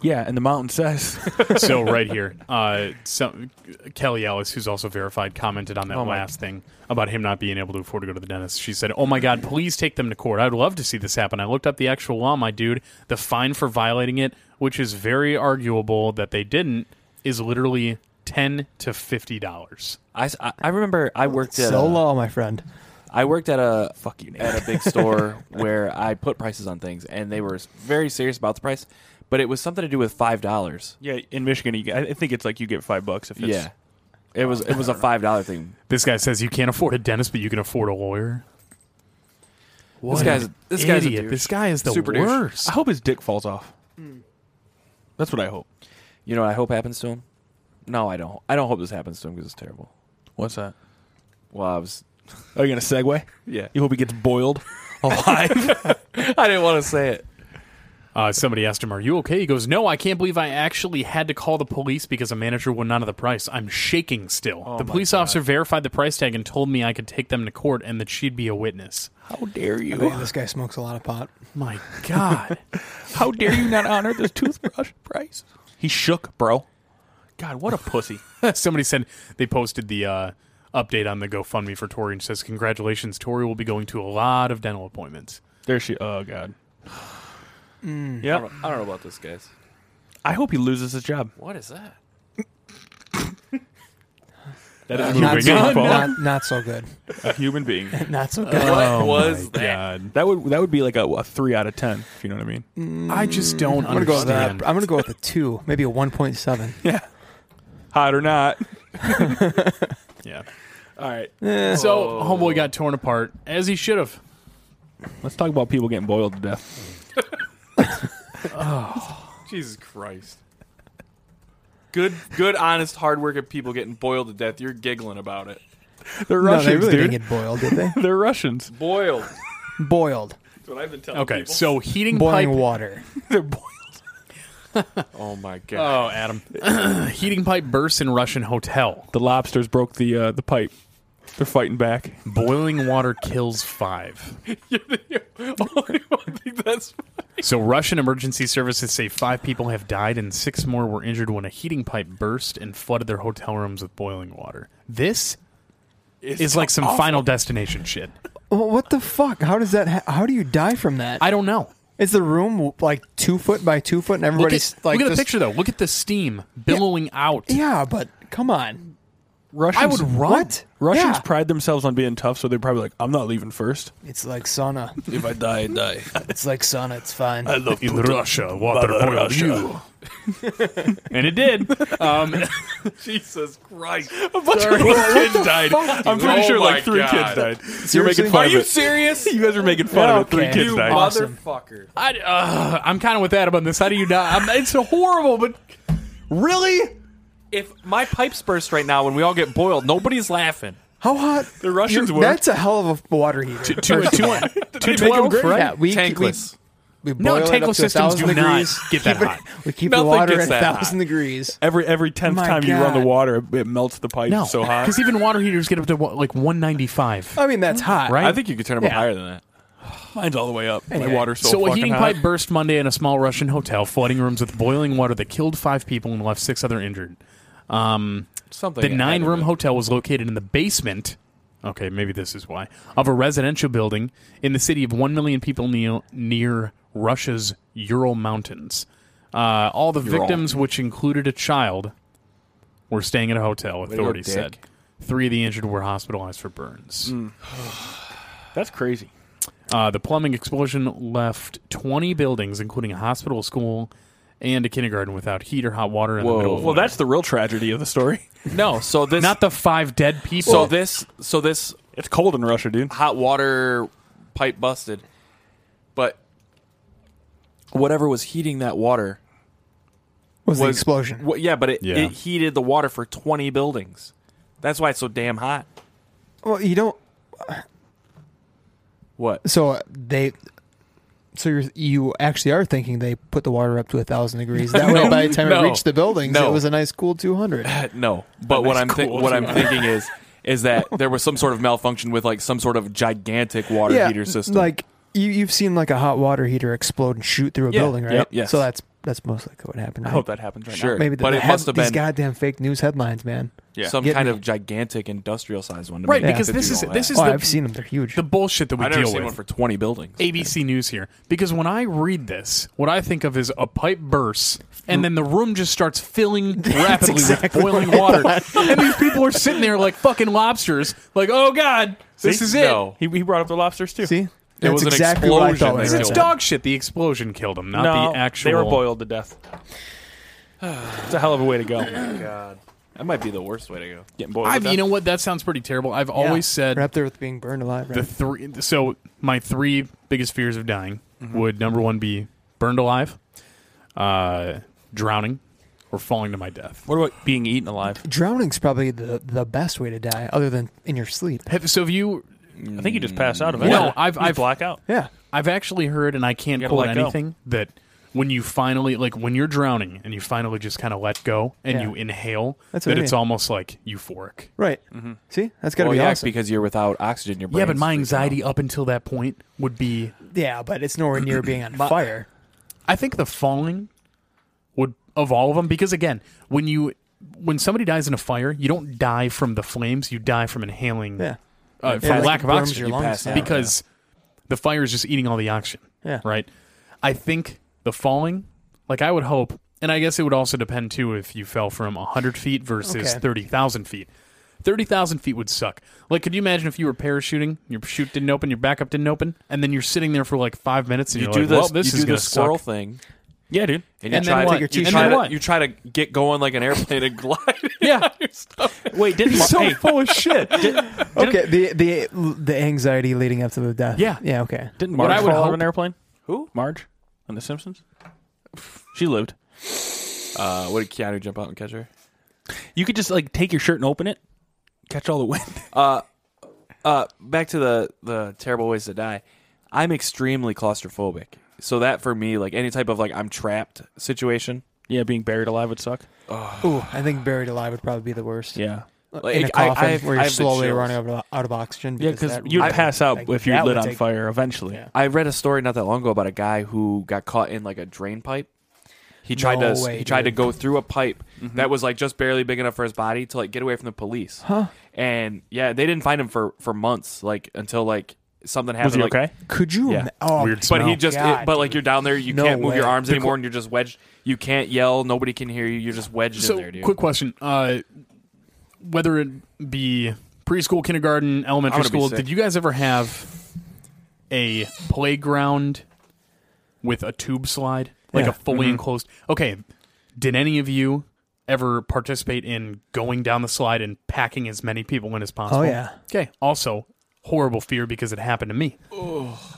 S2: Yeah, and the mountain [LAUGHS] says.
S3: [LAUGHS]
S5: so right here, uh, some, Kelly Ellis, who's also verified, commented on that
S3: Oh my-
S5: last thing about him not being able to afford to go to the dentist. She said, "Oh my God, please take them to court. I'd love to see this happen." I looked up the actual law, my dude. The fine for violating it, which is very arguable that they didn't, is literally ten to fifty dollars.
S3: I, s- I- I remember I worked at uh,
S4: So
S3: a,
S4: low, my friend.
S3: I worked at a
S2: Fuck you, Nate.
S3: at a big store
S2: [LAUGHS]
S3: where I put prices on things, and they were very serious about the price, but it was something to do with five dollars.
S2: yeah, in Michigan, you, get- I think it's like you get five bucks if it's.
S3: Yeah, it was it was a five dollar thing.
S5: This guy says you can't afford a dentist, but you can afford a lawyer. What
S3: guy's-
S5: an
S3: this guy's a
S5: idiot.
S3: douche.
S5: this guy is the
S3: Super douche.
S5: worst.
S2: I hope his dick falls off. That's what I hope.
S3: You know what I hope happens to him? No, I don't. I don't hope this happens to him because it's terrible.
S2: What's that?
S3: Well, I was
S2: Are you going to segue?
S3: yeah.
S2: You hope he gets boiled alive?
S3: [LAUGHS] I didn't want to say it.
S5: Uh, somebody asked him, "Are you okay?" He goes, "No, I can't believe I actually had to call the police because a manager would not of the price. I'm shaking still." the police officer verified the price tag and told me I could take them to court and that she'd be a witness.
S2: How dare
S4: I
S2: you?
S4: think this guy smokes a lot
S3: [LAUGHS]
S4: of pot.
S5: My God,
S2: How dare you not honor this toothbrush price? He shook, bro. God, what a pussy.
S5: [LAUGHS] somebody said they posted the uh, update on the GoFundMe for Tori and says, "Congratulations, Tori will be going to a lot of dental appointments."
S2: There she. Oh God.
S3: I
S2: Yeah.
S3: don't, I don't know about this, guys.
S2: I hope he loses his job.
S3: What is that?
S2: That is
S4: Not
S2: moving
S4: so, [LAUGHS]
S2: info.
S4: not, not so good. Uh,
S2: A human [LAUGHS] being.
S4: Not so good.
S2: Oh
S3: what was
S5: My
S3: that?
S5: God,
S2: That would that would be like a, a three out of ten. If you know what I mean.
S5: I just don't
S4: I'm gonna go with that. I'm
S5: understand.
S4: gonna go with a two, maybe a one point seven.
S2: Yeah. Hot or not.
S5: Yeah.
S2: [LAUGHS] All right.
S5: So homeboy got torn apart as he should have.
S2: Let's talk about people getting boiled to death. [LAUGHS]
S3: Jesus Christ. Good, good, honest, hardworking people getting boiled to death. You're giggling about it.
S2: They're
S4: No,
S2: Russians,
S4: they really
S2: dude.
S4: didn't get boiled, did they?
S2: [LAUGHS] They're Russians.
S3: Boiled.
S4: [LAUGHS] boiled,
S3: That's what I've been telling
S5: Okay, so heating
S4: boiling
S5: pipe
S4: water.
S2: They're boiled.
S3: Oh my
S5: [LAUGHS]
S3: god.
S5: Oh, Adam. [CLEARS THROAT] Heating pipe bursts in Russian hotel.
S2: The lobsters broke the uh, the pipe. They're fighting back.
S5: Boiling water kills five. So, Russian emergency services say five people have died and six more were injured when a heating pipe burst and flooded their hotel rooms with boiling water. This is like some final destination shit.
S4: Well, what the fuck? How does that? Ha- how do you die from that?
S5: I don't know.
S4: Is the room like two foot by two foot, and
S5: Look
S4: everybody's
S5: at,
S4: like
S5: look at the
S4: just-
S5: picture, though. Look at the steam billowing out.
S4: Yeah, but come on.
S2: Russians,
S5: I would run.
S4: What?
S2: Russians
S5: Yeah.
S2: pride themselves on being tough, so they're probably like, "I'm not leaving first.
S4: It's like sauna.
S2: If I die, I die.
S4: It's like sauna. It's fine.
S2: love [LAUGHS]
S5: In [LAUGHS] Russia, water
S2: Mother
S5: boiled
S2: Russia.
S5: you. and it did.
S4: [LAUGHS]
S5: Um,
S2: Jesus Christ! A bunch of little kids died. I'm
S5: Oh
S2: pretty sure
S5: my
S2: like three
S5: God.
S2: kids died. You're
S4: Seriously?
S2: making fun
S4: Are
S2: of
S3: you
S2: it.
S3: serious?
S2: [LAUGHS] You guys are making fun of it. Three
S4: Okay.
S2: kids
S4: You
S2: died.
S4: Awesome.
S3: Motherfucker.
S5: I, uh, I'm kind of with Adam on this. How do you not? I'm, it's horrible, but really,
S3: [LAUGHS] If my pipes burst right now when we all get boiled, nobody's laughing.
S4: How hot?
S2: The Russians
S4: You're-
S2: were.
S4: That's a hell of a water heater.
S5: two, two, two twelve, right?
S4: Yeah, we
S3: Tankless.
S4: We, we
S5: No,
S4: boil it up to
S5: tankless systems
S4: 1,000
S5: do not
S4: degrees.
S5: get that hot.
S4: [LAUGHS] We keep
S3: Nothing
S4: the water
S3: gets
S4: at
S3: that hot.
S4: thousand degrees.
S2: Every every tenth
S4: My
S2: time you run the
S4: God.
S2: water, it- it melts the pipe so hot.
S5: because even water heaters get up to what, like 195.
S4: I mean, that's hot,
S5: Right?
S3: I think you could turn them
S4: Yeah.
S3: higher than that.
S2: [SIGHS] Mine's all the way up. My
S4: Anyway.
S2: water's so,
S5: So, a
S2: fucking
S5: heating
S2: hot.
S5: pipe burst Monday in a small Russian hotel, flooding rooms with boiling water that killed five people and left six other injured. Um,
S3: Something.
S5: the
S3: added
S5: nine-room
S3: to it.
S5: hotel was located in the basement. Okay, maybe this is why of a residential building in the city of one million people near, near Russia's Ural Mountains. Uh, all the
S3: Ural.
S5: victims, which included a child, were staying at a hotel.
S3: to go,
S5: Authorities said
S3: dick.
S5: three of the injured were hospitalized for burns.
S2: That's crazy.
S5: Uh, the plumbing explosion left 20 buildings, including a hospital, a school, and a kindergarten, without heat or hot water in
S3: Whoa.
S5: the middle. Of
S2: Well,
S5: winter.
S2: that's the real tragedy of the story.
S3: No, so this
S5: not the five dead people.
S3: so this so this
S2: It's cold in Russia, dude.
S3: hot water pipe busted. But whatever was heating that water
S4: Was, the
S3: was-
S4: explosion?
S3: Well, yeah, but it,
S5: Yeah.
S3: it heated the water for 20 buildings. That's why it's so damn hot.
S4: well, you don't.
S5: [LAUGHS]
S3: What? [LAUGHS]
S4: So uh, they. So you're, you actually are thinking they put the water up to a thousand
S3: [LAUGHS]
S4: degrees. That way, by the time
S3: no,
S4: it reached the buildings,
S3: no.
S4: it was a nice cool two hundred.
S3: No, but what
S2: That's
S3: I'm thi-
S2: cool.
S3: what
S5: [LAUGHS]
S3: I'm thinking is is that there was some sort of malfunction with like some sort of gigantic water heater system.
S4: Like you, you've seen like a hot water heater explode and shoot through a
S3: Yeah,
S4: building, right?
S3: yep, yes.
S4: So that's that's most likely what happened.
S2: I
S4: Right?
S2: hope that happens right
S3: Sure.
S2: now.
S4: Maybe the,
S3: but
S4: the
S3: it
S4: head-
S3: must have
S4: these
S3: been-
S4: goddamn fake news headlines, man.
S2: Yeah.
S3: some
S4: Get
S3: kind
S4: me.
S3: of gigantic industrial sized one, to
S5: Right,
S3: make
S5: because
S3: it
S5: this
S3: do
S5: is-
S3: all
S5: this
S3: that.
S5: is
S4: Oh,
S5: the-
S4: I've seen them; they're huge.
S5: the bullshit that we
S3: I've never
S5: deal
S3: seen
S5: with.
S3: one for 20 buildings.
S5: ABC News here, because when I read this, what I think of is a pipe bursts, and then the room just starts
S3: [LAUGHS]
S5: filling rapidly
S4: exactly
S5: with boiling
S4: what I
S5: water, and these people are sitting there like fucking lobsters, like, oh god, this
S3: See?
S5: is it.
S3: No.
S2: He, he brought up the lobsters
S4: [LAUGHS]
S2: too.
S4: See,
S3: It
S4: that's
S3: was an
S4: exactly what I
S3: explosion
S4: thought.
S3: that
S4: was
S5: Because it's
S3: killed 'em.
S4: happening.
S5: dog shit. The explosion killed them, not
S2: no,
S5: the actual.
S2: they were boiled to death. [SIGHS] it's a hell of a way to go.
S3: That might be the worst way to go.
S2: Getting boiled.
S5: I've,
S2: to
S5: you
S2: death.
S5: know what? That sounds pretty terrible. I've always said
S4: Right up there with being burned alive. Right?
S5: the three. So my three biggest fears of dying
S2: Mm-hmm.
S5: would number one be burned alive, uh, drowning, or falling to my death.
S2: What about being eaten alive?
S4: Drowning's probably the the best way to die, other than in your sleep.
S5: Have, so have you?
S2: I think you just pass out of it.
S5: No, I've-
S2: You just
S5: I've-
S2: black
S3: Oh.
S2: out.
S4: Yeah,
S5: I've actually heard, and I can't
S2: gotta
S5: quote
S2: let go.
S5: anything that when you finally like when you're drowning and you finally just kind of let go and
S4: Yeah.
S5: you inhale,
S4: That's what
S5: that
S4: I
S5: it's
S4: mean.
S5: almost like euphoric.
S4: right. See, that's gotta
S3: Well,
S4: be
S3: yeah,
S4: awesome.
S3: because you're without oxygen. Your
S5: Yeah, but
S3: brain's
S5: my
S3: freaking
S5: anxiety
S3: out.
S5: up until that point would be
S4: yeah, but it's nowhere near being on fire.
S5: I think the falling would of all of them because again, when you when somebody dies in a fire, you don't die from the flames, you die from inhaling
S4: Yeah,
S5: uh, from
S4: Yeah, like
S5: lack
S4: it
S5: of
S4: burns
S5: oxygen
S4: your lungs
S3: pass
S4: down.
S3: out.
S5: because the fire is just eating all the oxygen,
S4: yeah,
S5: right? I think the falling, like I would hope, and I guess it would also depend too if you fell from 100 feet versus
S4: Okay.
S5: 30,000 feet. 30,000 feet would suck. Like, could you imagine if you were parachuting, your chute didn't open, your backup didn't open, and then you're sitting there for like five minutes and
S3: You
S5: are
S3: do
S5: like,
S3: the
S5: well, this
S3: you
S5: is
S3: do the
S5: gonna suck."
S3: squirrel thing,
S2: Yeah, dude.
S3: and you
S5: And then
S3: try
S5: what?
S3: to you
S5: And
S3: try
S5: then
S3: to
S5: what?
S3: you try to get going like an airplane and glide.
S5: [LAUGHS] Yeah.
S2: [LAUGHS] Wait,
S5: [LAUGHS]
S2: didn't
S5: so
S2: hey,
S5: full of shit.
S4: Okay, the the the anxiety leading up to the death.
S5: Yeah.
S4: yeah, okay.
S2: didn't
S5: What
S2: Marge
S5: I would
S2: fall out of
S5: hope-
S2: an airplane?
S3: Who?
S2: Marge on The Simpsons. She lived.
S3: Uh, what did Keanu jump out and catch her?
S2: You could just like take your shirt and open it, catch all the wind.
S3: Uh, back to the the terrible ways to die. I'm extremely claustrophobic, so that for me, like any type of like I'm trapped situation,
S2: [LAUGHS] yeah, being buried alive would suck.
S4: Ooh, I think buried alive would probably be the worst.
S2: Yeah.
S4: in
S3: Like,
S4: a
S3: I-
S4: coffin
S3: I have-
S4: where
S3: I
S4: you're
S3: have the
S4: slowly
S3: chills.
S4: running out of, out of oxygen.
S2: Yeah, because
S4: that-
S2: you'd
S4: I-
S2: pass out
S4: like,
S2: if you're
S4: that
S2: lit
S4: would
S2: on
S4: take-
S2: fire eventually.
S4: Yeah.
S3: I read a story not that long ago about a guy who got caught in like a drain pipe. He tried
S4: No
S3: to
S4: way,
S3: he tried
S4: dude.
S3: to go through a pipe that was like just barely big enough for his body to like get away from the police. Huh? And yeah, they didn't find him for for months, like until like something happened.
S2: Was he
S3: like-
S2: okay?
S4: Could you?
S2: Yeah.
S4: ima- Oh,
S5: Weird
S3: But
S5: smell.
S3: he just
S4: God,
S3: it- but like you're down there, you
S4: No
S3: can't move your
S4: way.
S3: arms
S5: The
S3: anymore, and you're just wedged. You can't yell. Nobody can hear you. You're just wedged
S5: So,
S3: in there, dude.
S5: quick question. Uh, whether it be preschool, kindergarten,
S3: I'm
S5: elementary
S3: gonna be
S5: school,
S3: sick.
S5: did you guys ever have a playground with a tube slide, like
S2: Yeah.
S5: a fully enclosed? Okay, did any of you ever participate in going down the slide and packing as many people in as possible?
S4: Oh, yeah.
S5: Okay. Also, horrible fear because it happened to me.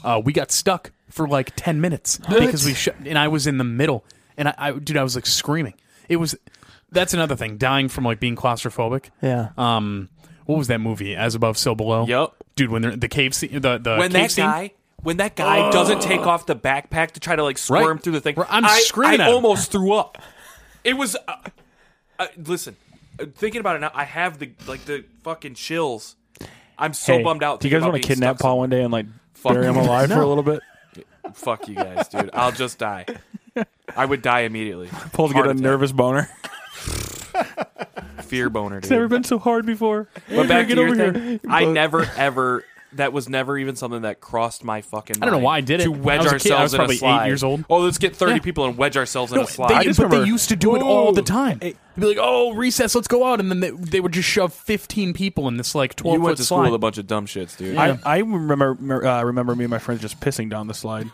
S5: Uh, we got stuck for like ten
S2: [GASPS]
S5: minutes because we sh- and I was in the middle, and I, I dude, I was like screaming. It was that's another thing, dying from like being claustrophobic.
S4: Yeah.
S5: Um, what was that movie? As above, so below.
S3: Yup.
S5: Dude, when they're the cave scene, the the
S3: when
S5: cave
S3: that
S5: scene,
S3: guy when that guy doesn't take
S2: Oh.
S3: off the backpack to try to like squirm
S5: Right.
S3: through the thing,
S5: Right, I'm
S3: I,
S5: screaming
S3: I
S5: at him.
S3: almost threw up. It was. Uh, uh, listen, uh, thinking about it now, I have the like the fucking chills. I'm so
S2: Hey,
S3: bummed out.
S2: Do you guys
S3: thinking about
S2: want to
S3: being
S2: kidnap
S3: stuck
S2: Paul one day and like
S3: Fuck
S2: bury him
S3: you.
S2: alive for a
S4: No.
S2: little bit?
S3: somewhere. Fuck you guys, dude. I'll just
S2: [LAUGHS]
S3: die. I would die immediately.
S2: Paul's get
S3: Heart
S2: a
S3: attack.
S2: nervous [LAUGHS] boner.
S3: fear
S2: [LAUGHS]
S3: boner. Dude.
S2: It's never been so hard before.
S3: but back
S2: get
S3: to your
S2: over
S3: thing, I never ever. That was never even something that crossed my fucking. I
S5: don't know why I did it.
S3: To
S5: I
S3: wedge
S5: was a kid. I
S3: ourselves
S5: was probably
S3: in a
S5: eight
S3: slide.
S5: years old.
S3: Oh, let's get thirty
S5: Yeah.
S3: people and wedge ourselves in
S5: No,
S3: a slide.
S5: they,
S2: I just
S5: but they
S2: remember-
S5: used to do it all the
S2: Ooh.
S5: time. They'd be like, "Oh, recess, let's go out," and then they, they would just shove fifteen people in this like twelve
S3: You
S5: foot
S3: went to school
S5: slide.
S3: with a bunch of dumb shits, dude.
S2: I, I remember uh, remember me and my friends just pissing down the [LAUGHS] slide.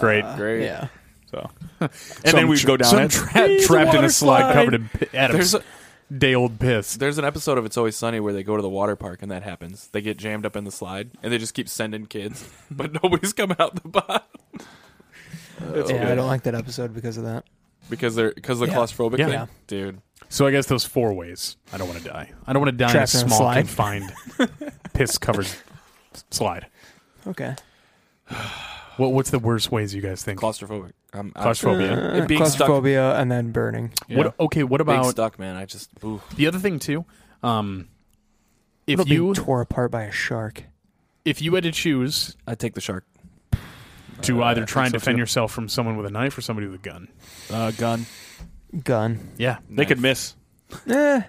S5: Great,
S3: Great.
S4: yeah.
S2: So, and then we'd go down
S5: [LAUGHS] Some
S2: it. [LAUGHS]
S5: tra-
S2: Please,
S5: trapped in
S2: water
S5: a slide,
S2: slide.
S5: covered in p- Adam's
S3: There's a-
S5: day old piss.
S3: There's an episode of It's Always Sunny where they go to the water park and that happens. They get jammed up in the slide and they just keep sending kids, [LAUGHS] but nobody's coming out the bottom
S4: yeah, I don't like that episode because of that.
S3: because they're because the
S4: Yeah.
S3: claustrophobic
S5: Yeah.
S3: thing,
S4: Yeah.
S3: dude.
S5: So I guess those four ways. I don't want to die. I don't want to die
S4: Trapped
S5: in
S4: in
S5: a
S4: a
S5: small,
S4: slide.
S5: confined, piss covered slide.
S4: Okay.
S5: What, what's the worst ways you guys think?
S3: Claustrophobic. I'm, I'm
S5: Claustrophobia.
S3: It being stuck.
S4: Uh, claustrophobia and then burning.
S5: What, okay, what
S3: being
S5: about
S3: stuck, man. I just oof.
S5: the other thing too? Um, if
S4: If
S5: you
S4: being tore apart by a shark.
S5: if you had to choose
S3: I take the shark.
S5: to
S2: Uh,
S5: either try and
S2: so,
S5: defend
S2: too.
S5: yourself from someone with a knife or somebody with a gun,
S2: Uh, gun.
S4: Gun.
S5: yeah.
S2: They could miss.
S4: Eh,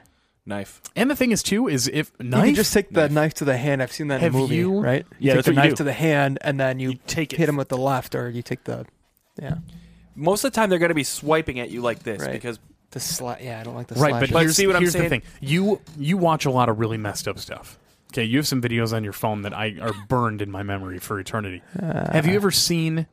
S3: Knife.
S5: And the thing is too is if
S4: You
S5: knife
S4: can just take the knife. to the hand. I've seen that
S5: Have
S4: in a movie,
S5: you-
S4: right?
S2: Yeah,
S4: you take
S2: that's
S4: the
S2: what you
S4: knife
S2: do.
S4: to the hand, and then you,
S2: take
S4: hit him with the left, or you take the yeah
S3: Most of the time they're gonna be swiping at you like this
S4: Right.
S3: because
S4: the slide. Yeah, I don't like the
S5: right,
S4: slashes.
S5: but
S3: But
S5: here's,
S3: see what I'm
S5: here's the
S3: saying?
S5: thing: you you watch a lot of really messed up stuff. Okay, you have some videos on your phone that I are burned in my memory for eternity. have
S3: Uh-huh.
S5: you ever seen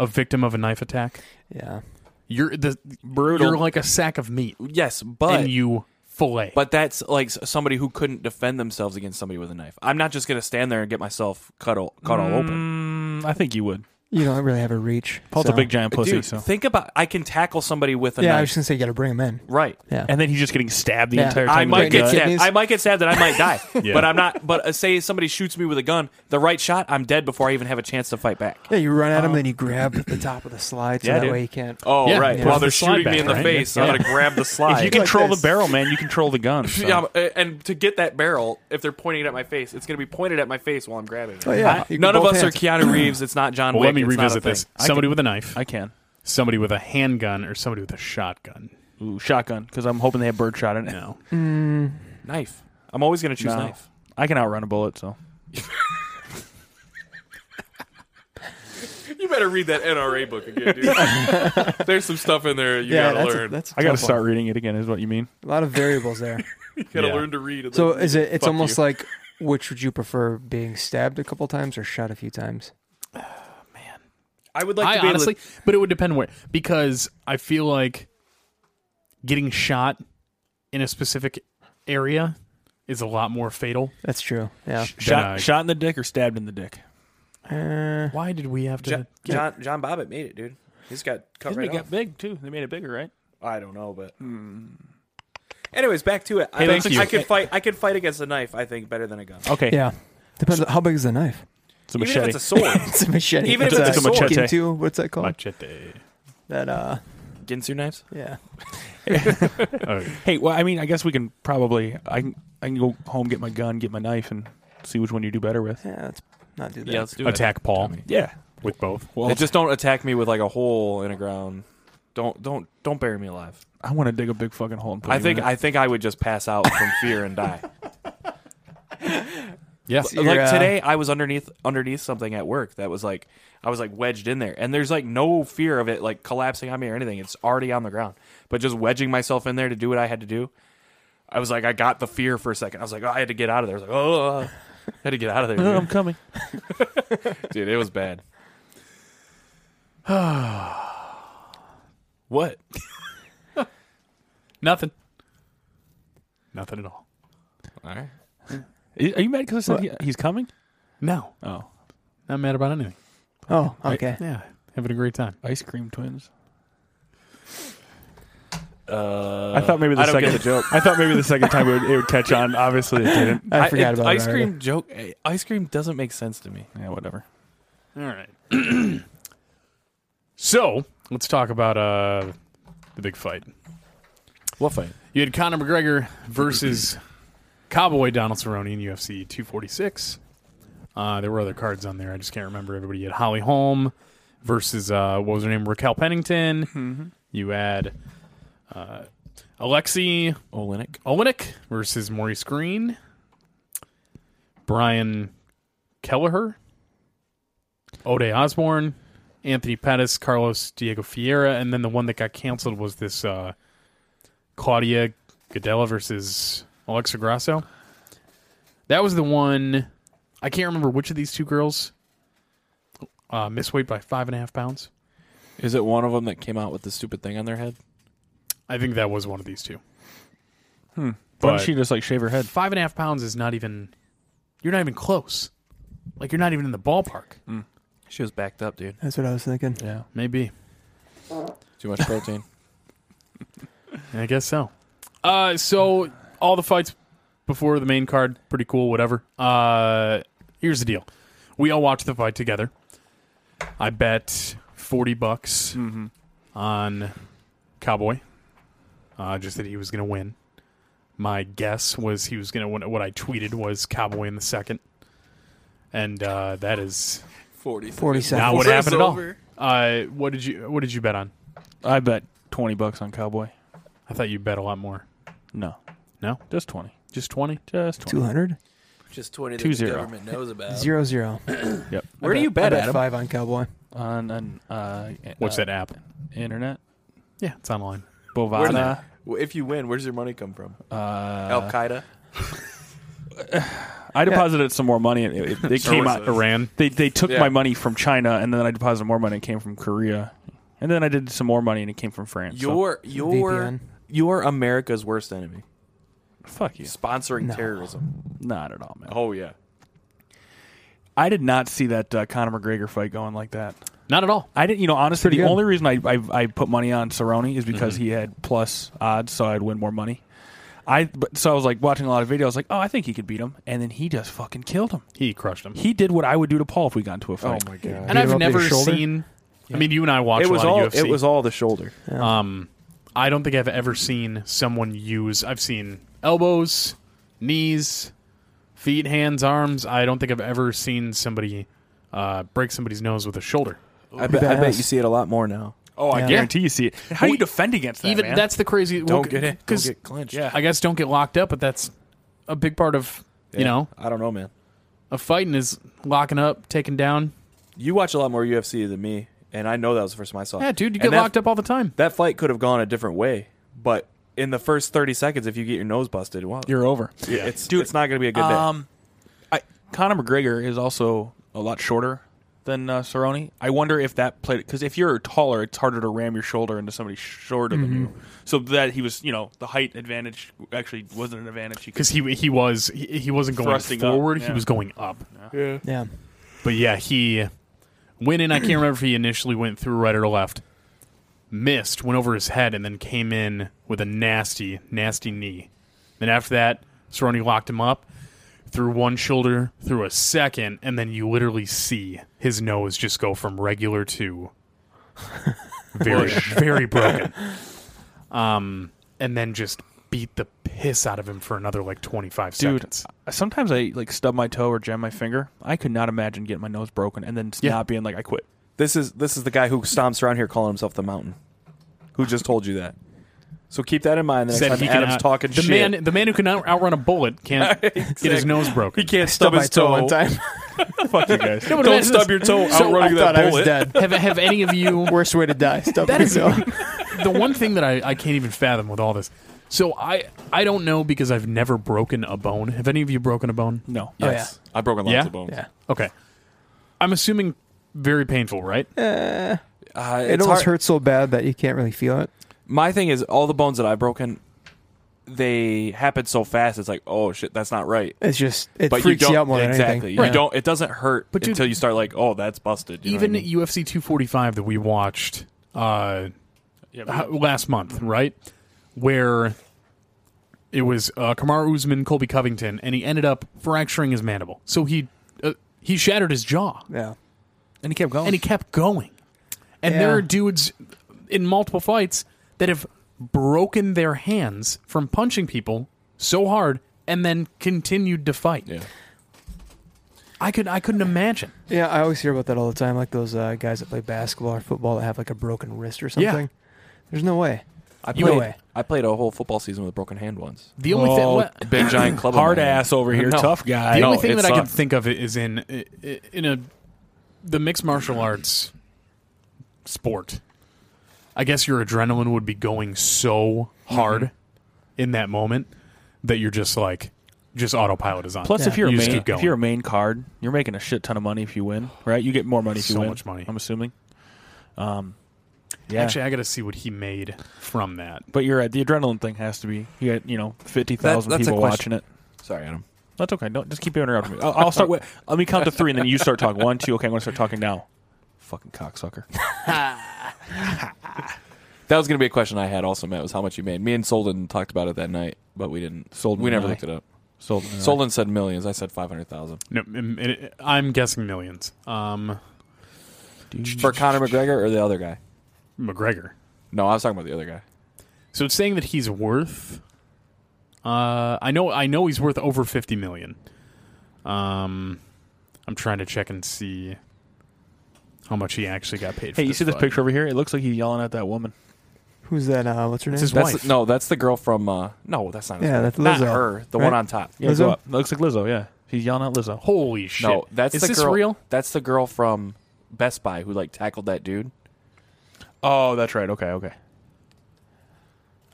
S5: a victim of a knife attack?
S4: Uh, yeah,
S5: You're the
S3: Brutal.
S5: You're like a sack of meat,
S3: yes, but
S5: and you fillet.
S3: but that's like s- somebody who couldn't defend themselves against somebody with a knife. I'm not just gonna stand there and get myself cut all, cut all open.
S2: Mm, I think you would.
S4: you don't really have a reach.
S2: Paul's
S4: so-
S2: a big giant pussy.
S3: Dude,
S2: so.
S3: think about I can tackle somebody with a
S4: Yeah, I was
S3: knife.
S4: just gonna say you got to bring him in.
S3: right.
S4: Yeah,
S2: and then he's just getting stabbed the
S4: Yeah.
S2: entire time.
S3: I
S2: in
S3: might get
S2: the gut.
S4: kidney-
S3: stabbed.
S4: kidneys.
S3: I might get stabbed and I might die.
S5: Yeah.
S3: But I'm not. But uh, say somebody shoots me with a gun, the right shot, I'm dead before I even have a chance to fight back.
S4: yeah, you run at him, then you grab the top of the slide, so
S2: Yeah,
S4: that
S2: dude.
S4: way you can't.
S3: Oh
S5: Yeah.
S3: right.
S5: Yeah.
S3: While they're
S5: Push the slide
S3: shooting
S5: back,
S3: me in the
S5: right?
S3: face, I'm
S5: Yeah.
S3: gonna grab the
S2: [LAUGHS] If
S3: slide.
S2: you control
S4: this.
S2: the barrel, man, you control the [LAUGHS] gun.
S3: [LAUGHS]
S2: so.
S3: Yeah, I'm- uh, and to get that barrel, if they're pointing it at my face, it's going to be pointed at my face while I'm grabbing it.
S4: Oh, yeah.
S3: I-
S4: You can
S3: none of
S4: both
S3: us are
S4: hands. [CLEARS THROAT]
S3: Keanu Reeves. It's not John
S5: well,
S3: Wick.
S5: let me
S3: it's not a
S5: revisit
S3: thing.
S5: this: somebody with a knife,
S2: I can.
S5: somebody with a handgun, or somebody with a shotgun.
S2: Ooh, shotgun, because I'm hoping they have bird shot in it.
S5: No,
S3: Knife. I'm always going to choose
S2: No.
S3: knife.
S2: I can outrun a bullet, so.
S3: You better read that NRA book again, dude.
S4: [LAUGHS]
S3: There's some stuff in there you got
S4: yeah,
S3: to
S4: that's
S3: learn.
S4: A, that's a
S2: I got to
S4: tough one.
S2: start reading it again, is what you mean.
S4: A lot of variables there.
S3: [LAUGHS] you got to
S5: Yeah.
S3: learn to read. and
S4: So
S3: then-
S4: is it? It's
S3: Fuck
S4: almost
S3: you.
S4: like which would you prefer, being stabbed a couple times or shot a few times?
S3: I would [LAUGHS] like to
S5: I
S3: be able to-
S5: honestly, but it would depend where because I feel like getting shot in a specific area is a lot more fatal.
S4: That's true.
S3: Uh,
S4: Yeah.
S2: Shot,
S5: I-
S2: shot in the dick or stabbed in the dick?
S4: Uh,
S5: Why did we have to?
S3: John, John John Bobbitt made it, dude. He's got cut right off. Hmm.
S2: big, too. They made it bigger, right?
S3: I don't know, but. Anyways, back to it. I,
S5: thank you.
S3: I could fight. I could fight against a knife. I think better than a gun. [LAUGHS]
S2: Okay.
S4: yeah. Depends. on How big is the knife?
S2: It's a
S3: Even
S2: machete.
S3: if it's a sword, [LAUGHS]
S4: [LAUGHS] It's a machete.
S3: Even if
S4: What's
S3: it's a
S4: that
S2: sword.
S4: fucking two- What's that
S3: [LAUGHS]
S4: called?
S5: Machete.
S4: That uh,
S3: Ginsu knives.
S4: yeah.
S5: Oh,
S2: hey, well, I mean, I guess we can probably. I can, I can go home, get my gun, get my knife, and see which one you do better with.
S4: Yeah. Let's not do that.
S3: Yeah, let's do it.
S5: attack Paul
S2: Yeah.
S5: with both.
S2: Well,
S3: It just don't attack me with like a hole in the ground. Don't don't don't bury me alive.
S2: I want to dig a big fucking hole and put
S3: I
S2: you
S3: think
S2: in it.
S3: I think I would just pass out from fear and die.
S5: Yeah.
S4: You're,
S3: like
S4: uh,
S3: today, I was underneath underneath something at work that was like I was like wedged in there, and there's like no fear of it like collapsing on me or anything. It's already on the ground, but just wedging myself in there to do what I had to do. I was like, I got the fear for a second. I was like, oh, I had to get out of there. I was like, oh, I had to get out of there,
S2: [LAUGHS] I'm coming.
S3: dude. dude it was bad. what?
S5: Nothing. Nothing at all.
S3: All right.
S2: Are you mad because I said he- he's coming?
S5: No,
S2: Oh,
S5: not mad about anything.
S4: Oh, okay.
S5: Yeah, having a great time.
S2: ice cream twins.
S3: Uh,
S2: I thought maybe the
S3: I don't
S2: second
S3: get the joke.
S2: I thought maybe the second time it would, it would catch on. Obviously, it didn't.
S4: I forgot
S3: it-
S4: about
S3: ice
S4: it already.
S3: cream joke. eh, Ice cream doesn't make sense to me.
S2: [LAUGHS] Yeah, whatever.
S5: All right. [CLEARS THROAT] so let's talk about uh, the big fight.
S3: What fight?
S5: You had Conor McGregor [CLEARS THROAT] versus Cowboy Donald Cerrone in UFC 246. Uh, there were other cards on there. I just can't remember everybody. You had Holly Holm versus, uh, what was her name, Raquel Pennington. You had uh, Alexi
S3: Olenek.
S5: Olenek versus Maurice Green. Brian Kelleher. Ode Osborne. Anthony Pettis, Carlos Diego Fiera, and then the one that got canceled was this uh, Claudia Gadella versus Alexa Grasso. That was the one. I can't remember which of these two girls uh, missed weight by five and a half pounds.
S3: Is it one of them that came out with the stupid thing on their head?
S5: I think that was one of these two.
S2: Why don't
S5: But-
S2: she just like shave her head?
S5: Five and a half pounds is not even. You're not even close. Like you're not even in the ballpark.
S3: She was backed up, dude.
S4: That's what I was thinking.
S2: Yeah.
S5: Maybe.
S3: Too much protein.
S5: I guess so. Uh, so all the fights before the main card, pretty cool. Whatever. Uh, here's the deal: we all watched the fight together. I bet forty bucks
S2: Mm-hmm.
S5: on Cowboy, uh, just that he was going to win. My guess was he was going to win. What I tweeted was Cowboy in the second, and uh, that is
S3: [LAUGHS] Forty.
S4: 40 seconds.
S5: not what happened at all.
S3: over.
S5: Uh, what did you What did you bet on?
S2: I bet twenty bucks on Cowboy.
S5: I thought you bet a lot more.
S2: No.
S5: No?
S2: Just twenty.
S5: Just twenty.
S2: Just twenty.
S4: 200?
S6: Just 20 that
S2: Two
S6: the
S2: zero.
S6: government knows about.
S4: Zero, zero.
S2: Yep.
S3: Where do you
S4: I
S3: bet,
S4: Um, bet
S3: Adam?
S4: five on Cowboy.
S2: On an uh,
S5: What's
S2: uh,
S5: that app?
S2: Internet.
S5: Yeah, it's online.
S2: Bovada.
S3: Well, If you win, where does your money come from? Al
S2: Uh,
S3: Qaeda.
S2: I deposited some more money and it, it, it came out.
S5: Uh, Iran.
S2: They they took
S3: Yeah.
S2: my money from China and then I deposited more money. and It came from Korea, and then I did some more money and it came from France. so-
S3: Your your
S4: VPN.
S3: your America's worst enemy.
S2: fuck you.
S3: Sponsoring terrorism.
S2: Not at all, man.
S3: Oh yeah.
S2: I did not see that uh, Conor McGregor fight going like that.
S5: Not at all.
S2: I didn't, you know, honestly,
S4: Pretty
S2: the
S4: good.
S2: only reason I, I I put money on Cerrone is because he had plus odds, so I'd win more money. I but so I was like watching a lot of videos, like, oh, I think he could beat him, and then he just fucking killed him.
S5: He crushed him.
S2: He did what I would do to Paul if we got into a fight.
S3: god.
S5: and
S4: beat him
S5: I've
S4: up with
S5: never
S4: his shoulder?
S5: seen. I mean, you and I watched
S3: It was
S5: a lot
S3: all
S5: of UFC.
S3: it was all the shoulder.
S5: Um, I don't think I've ever seen someone use. I've seen elbows, knees, feet, hands, arms. I don't think I've ever seen somebody uh, break somebody's nose with a shoulder.
S3: I bet, I bet
S4: badass.
S3: you see it a lot more now.
S2: Oh, I
S4: Yeah.
S2: guarantee you see it. How do you defend against that?
S5: Even
S2: man?
S5: that's the crazy.
S3: Don't get it. Don't
S5: Because
S3: get clinched.
S2: Yeah.
S5: I guess don't get locked up, but that's a big part of you
S3: Yeah.
S5: know
S3: I don't know, man.
S5: of fighting is locking up, taking down.
S3: You watch a lot more UFC than me, and I know that was the first time I saw. it.
S5: Yeah, dude, you
S3: And
S5: get
S3: that-
S5: locked up all the time.
S3: That fight could have gone a different way, but in the first thirty seconds, if you get your nose busted, well,
S2: you're over.
S3: it's it's not going to be a good day.
S2: Um, I, Conor McGregor is also a lot shorter than uh, Cerrone. I wonder if that played because if you're taller, it's harder to ram your shoulder into somebody shorter
S3: Mm-hmm.
S2: than you. So that he was, you know, the height advantage actually wasn't an advantage. You could
S5: because he he was he, he wasn't going
S2: Thrusting up,
S5: forward.
S2: yeah.
S5: He was going up.
S4: Yeah.
S5: But yeah, he went in. I can't remember if he initially went through right or left. Missed, went over his head, and then came in with a nasty, nasty knee. Then after that, Cerrone locked him up, through one shoulder, through a second, and then you literally see his nose just go from regular to very, very broken. Um, and then just beat the piss out of him for another like twenty five
S2: Dude,
S5: seconds.
S2: sometimes I like stub my toe or jam my finger. I could not imagine getting my nose broken and then
S5: Yeah.
S2: not being like, I quit.
S3: This is this is the guy who stomps around here calling himself the Mountain, who just told you that. So keep that in mind. The next
S5: said
S3: time
S5: he
S3: Adam's
S5: can out-
S3: talking
S5: the
S3: shit.
S5: man the man who can out- outrun a bullet
S3: [LAUGHS]
S5: can't get his nose broken.
S3: can't
S4: Stub my toe
S3: [LAUGHS]
S4: one time.
S2: Fuck you guys.
S5: No, but
S3: Don't
S5: imagine
S3: stub
S5: this.
S3: your
S2: [LAUGHS]
S3: toe
S5: So
S3: outrunning
S4: I
S3: that
S4: [LAUGHS] thought I
S3: bullet.
S4: was dead.
S5: Have have any of you?
S3: [LAUGHS]
S4: Worst way to die. Stub
S5: That
S4: my
S5: is
S4: toe.
S5: the one thing that I, I can't even fathom with all this. So I I don't know because I've never broken a bone. Have any of you broken a bone?
S2: No.
S4: Oh,
S3: Yes. I've broken lots
S5: Yeah?
S3: of bones.
S4: Yeah.
S5: Okay. I'm assuming very painful, right?
S3: Uh,
S4: It
S3: it's hard.
S4: almost hurts so bad that you can't really feel it.
S3: My thing is, all the bones that I've broken, they happen so fast. It's like, oh shit, that's not right.
S4: It's just it
S3: But
S4: freaks
S3: you
S4: you,
S3: don't
S4: out more than
S3: exactly.
S4: anything.
S3: You
S4: Yeah.
S3: don't. It doesn't hurt
S5: But dude-
S3: until you start like, oh, that's busted. you know what I
S5: Even
S3: mean?
S5: UFC 245 that we watched uh,
S2: Yeah,
S5: h- last month, right? Where it was uh, Kamar Usman, Colby Covington, and he ended up fracturing his mandible. So he uh, he shattered his jaw.
S4: Yeah.
S2: and he kept going.
S5: and he kept going. And there
S4: Yeah.
S5: are dudes in multiple fights that have broken their hands from punching people so hard and then continued to fight.
S3: Yeah.
S5: I could I couldn't imagine.
S4: Yeah, I always hear about that all the time. Like those uh, guys that play basketball or football that have like a broken wrist or
S5: Yeah.
S4: something. There's no way.
S3: I
S4: You
S3: played.
S4: know-
S3: I played a whole football season with a broken hand once.
S5: The only thing
S2: Oh,
S5: what-
S3: Big
S2: [COUGHS]
S3: giant club. in my
S2: Hard
S3: hand.
S2: ass over
S3: [LAUGHS]
S2: here,
S3: No.
S2: tough
S5: the
S2: guy.
S3: No.
S5: only thing
S3: it
S5: that I can
S3: sucked.
S5: think of is in i- i- in a the mixed martial arts sport. I guess your adrenaline would be going so hard in that moment that you're just like just autopilot is on.
S2: Plus, if you're
S5: You
S2: a
S5: just
S2: main,
S5: keep going.
S2: if you're a main card, you're making a shit ton of money if you win, right? You get more money if you
S5: So
S2: win.
S5: much money.
S2: I'm assuming. Um, yeah.
S5: Actually, I got to see what he made from that.
S2: but you're right. The adrenaline thing has to be. You got you know fifty
S3: That-
S2: thousand
S3: that's a
S2: people
S3: question.
S2: watching it.
S3: Sorry, Adam.
S2: That's okay. Don't just keep interrupting me. I'll, I'll start with. Let me count to three, and then you start talking. One, two. Okay, I'm going to start talking now. Fucking cocksucker.
S3: That was going to be a question I had also, Matt, was how much you made. Me and Solden talked about it that night, but we didn't.
S2: Solden
S3: we never
S2: and I.
S3: looked it up.
S2: Sold.
S3: Solden said millions. I said 500,000.
S5: No, mm, it- I'm guessing millions. Um,
S3: For Conor McGregor or the other guy?
S5: McGregor.
S3: No, I was talking about the other guy.
S5: So it's saying that he's worth. Uh, I know. I know he's worth over fifty million. Um, I'm trying to check and see how much he actually got paid. for
S2: Hey, you
S5: this
S2: see this
S5: fight.
S2: picture over here? It looks like he's yelling at that woman.
S4: Who's that? Uh, what's her name?
S5: It's his
S3: That's
S5: wife.
S3: the- no, that's the girl from. Uh, no, that's not. his
S4: Yeah,
S3: wife.
S4: that's
S3: not
S4: Lizzo,
S3: her. The
S4: right?
S3: one on top.
S2: Yeah, go
S4: Lizzo?
S2: up. It looks like Lizzo. Yeah, he's yelling at Lizzo.
S5: Holy shit!
S3: No, that's
S5: is
S3: the
S5: this
S3: girl.
S5: real?
S3: That's the girl from Best Buy who like tackled that dude.
S2: Oh, that's right. Okay, okay.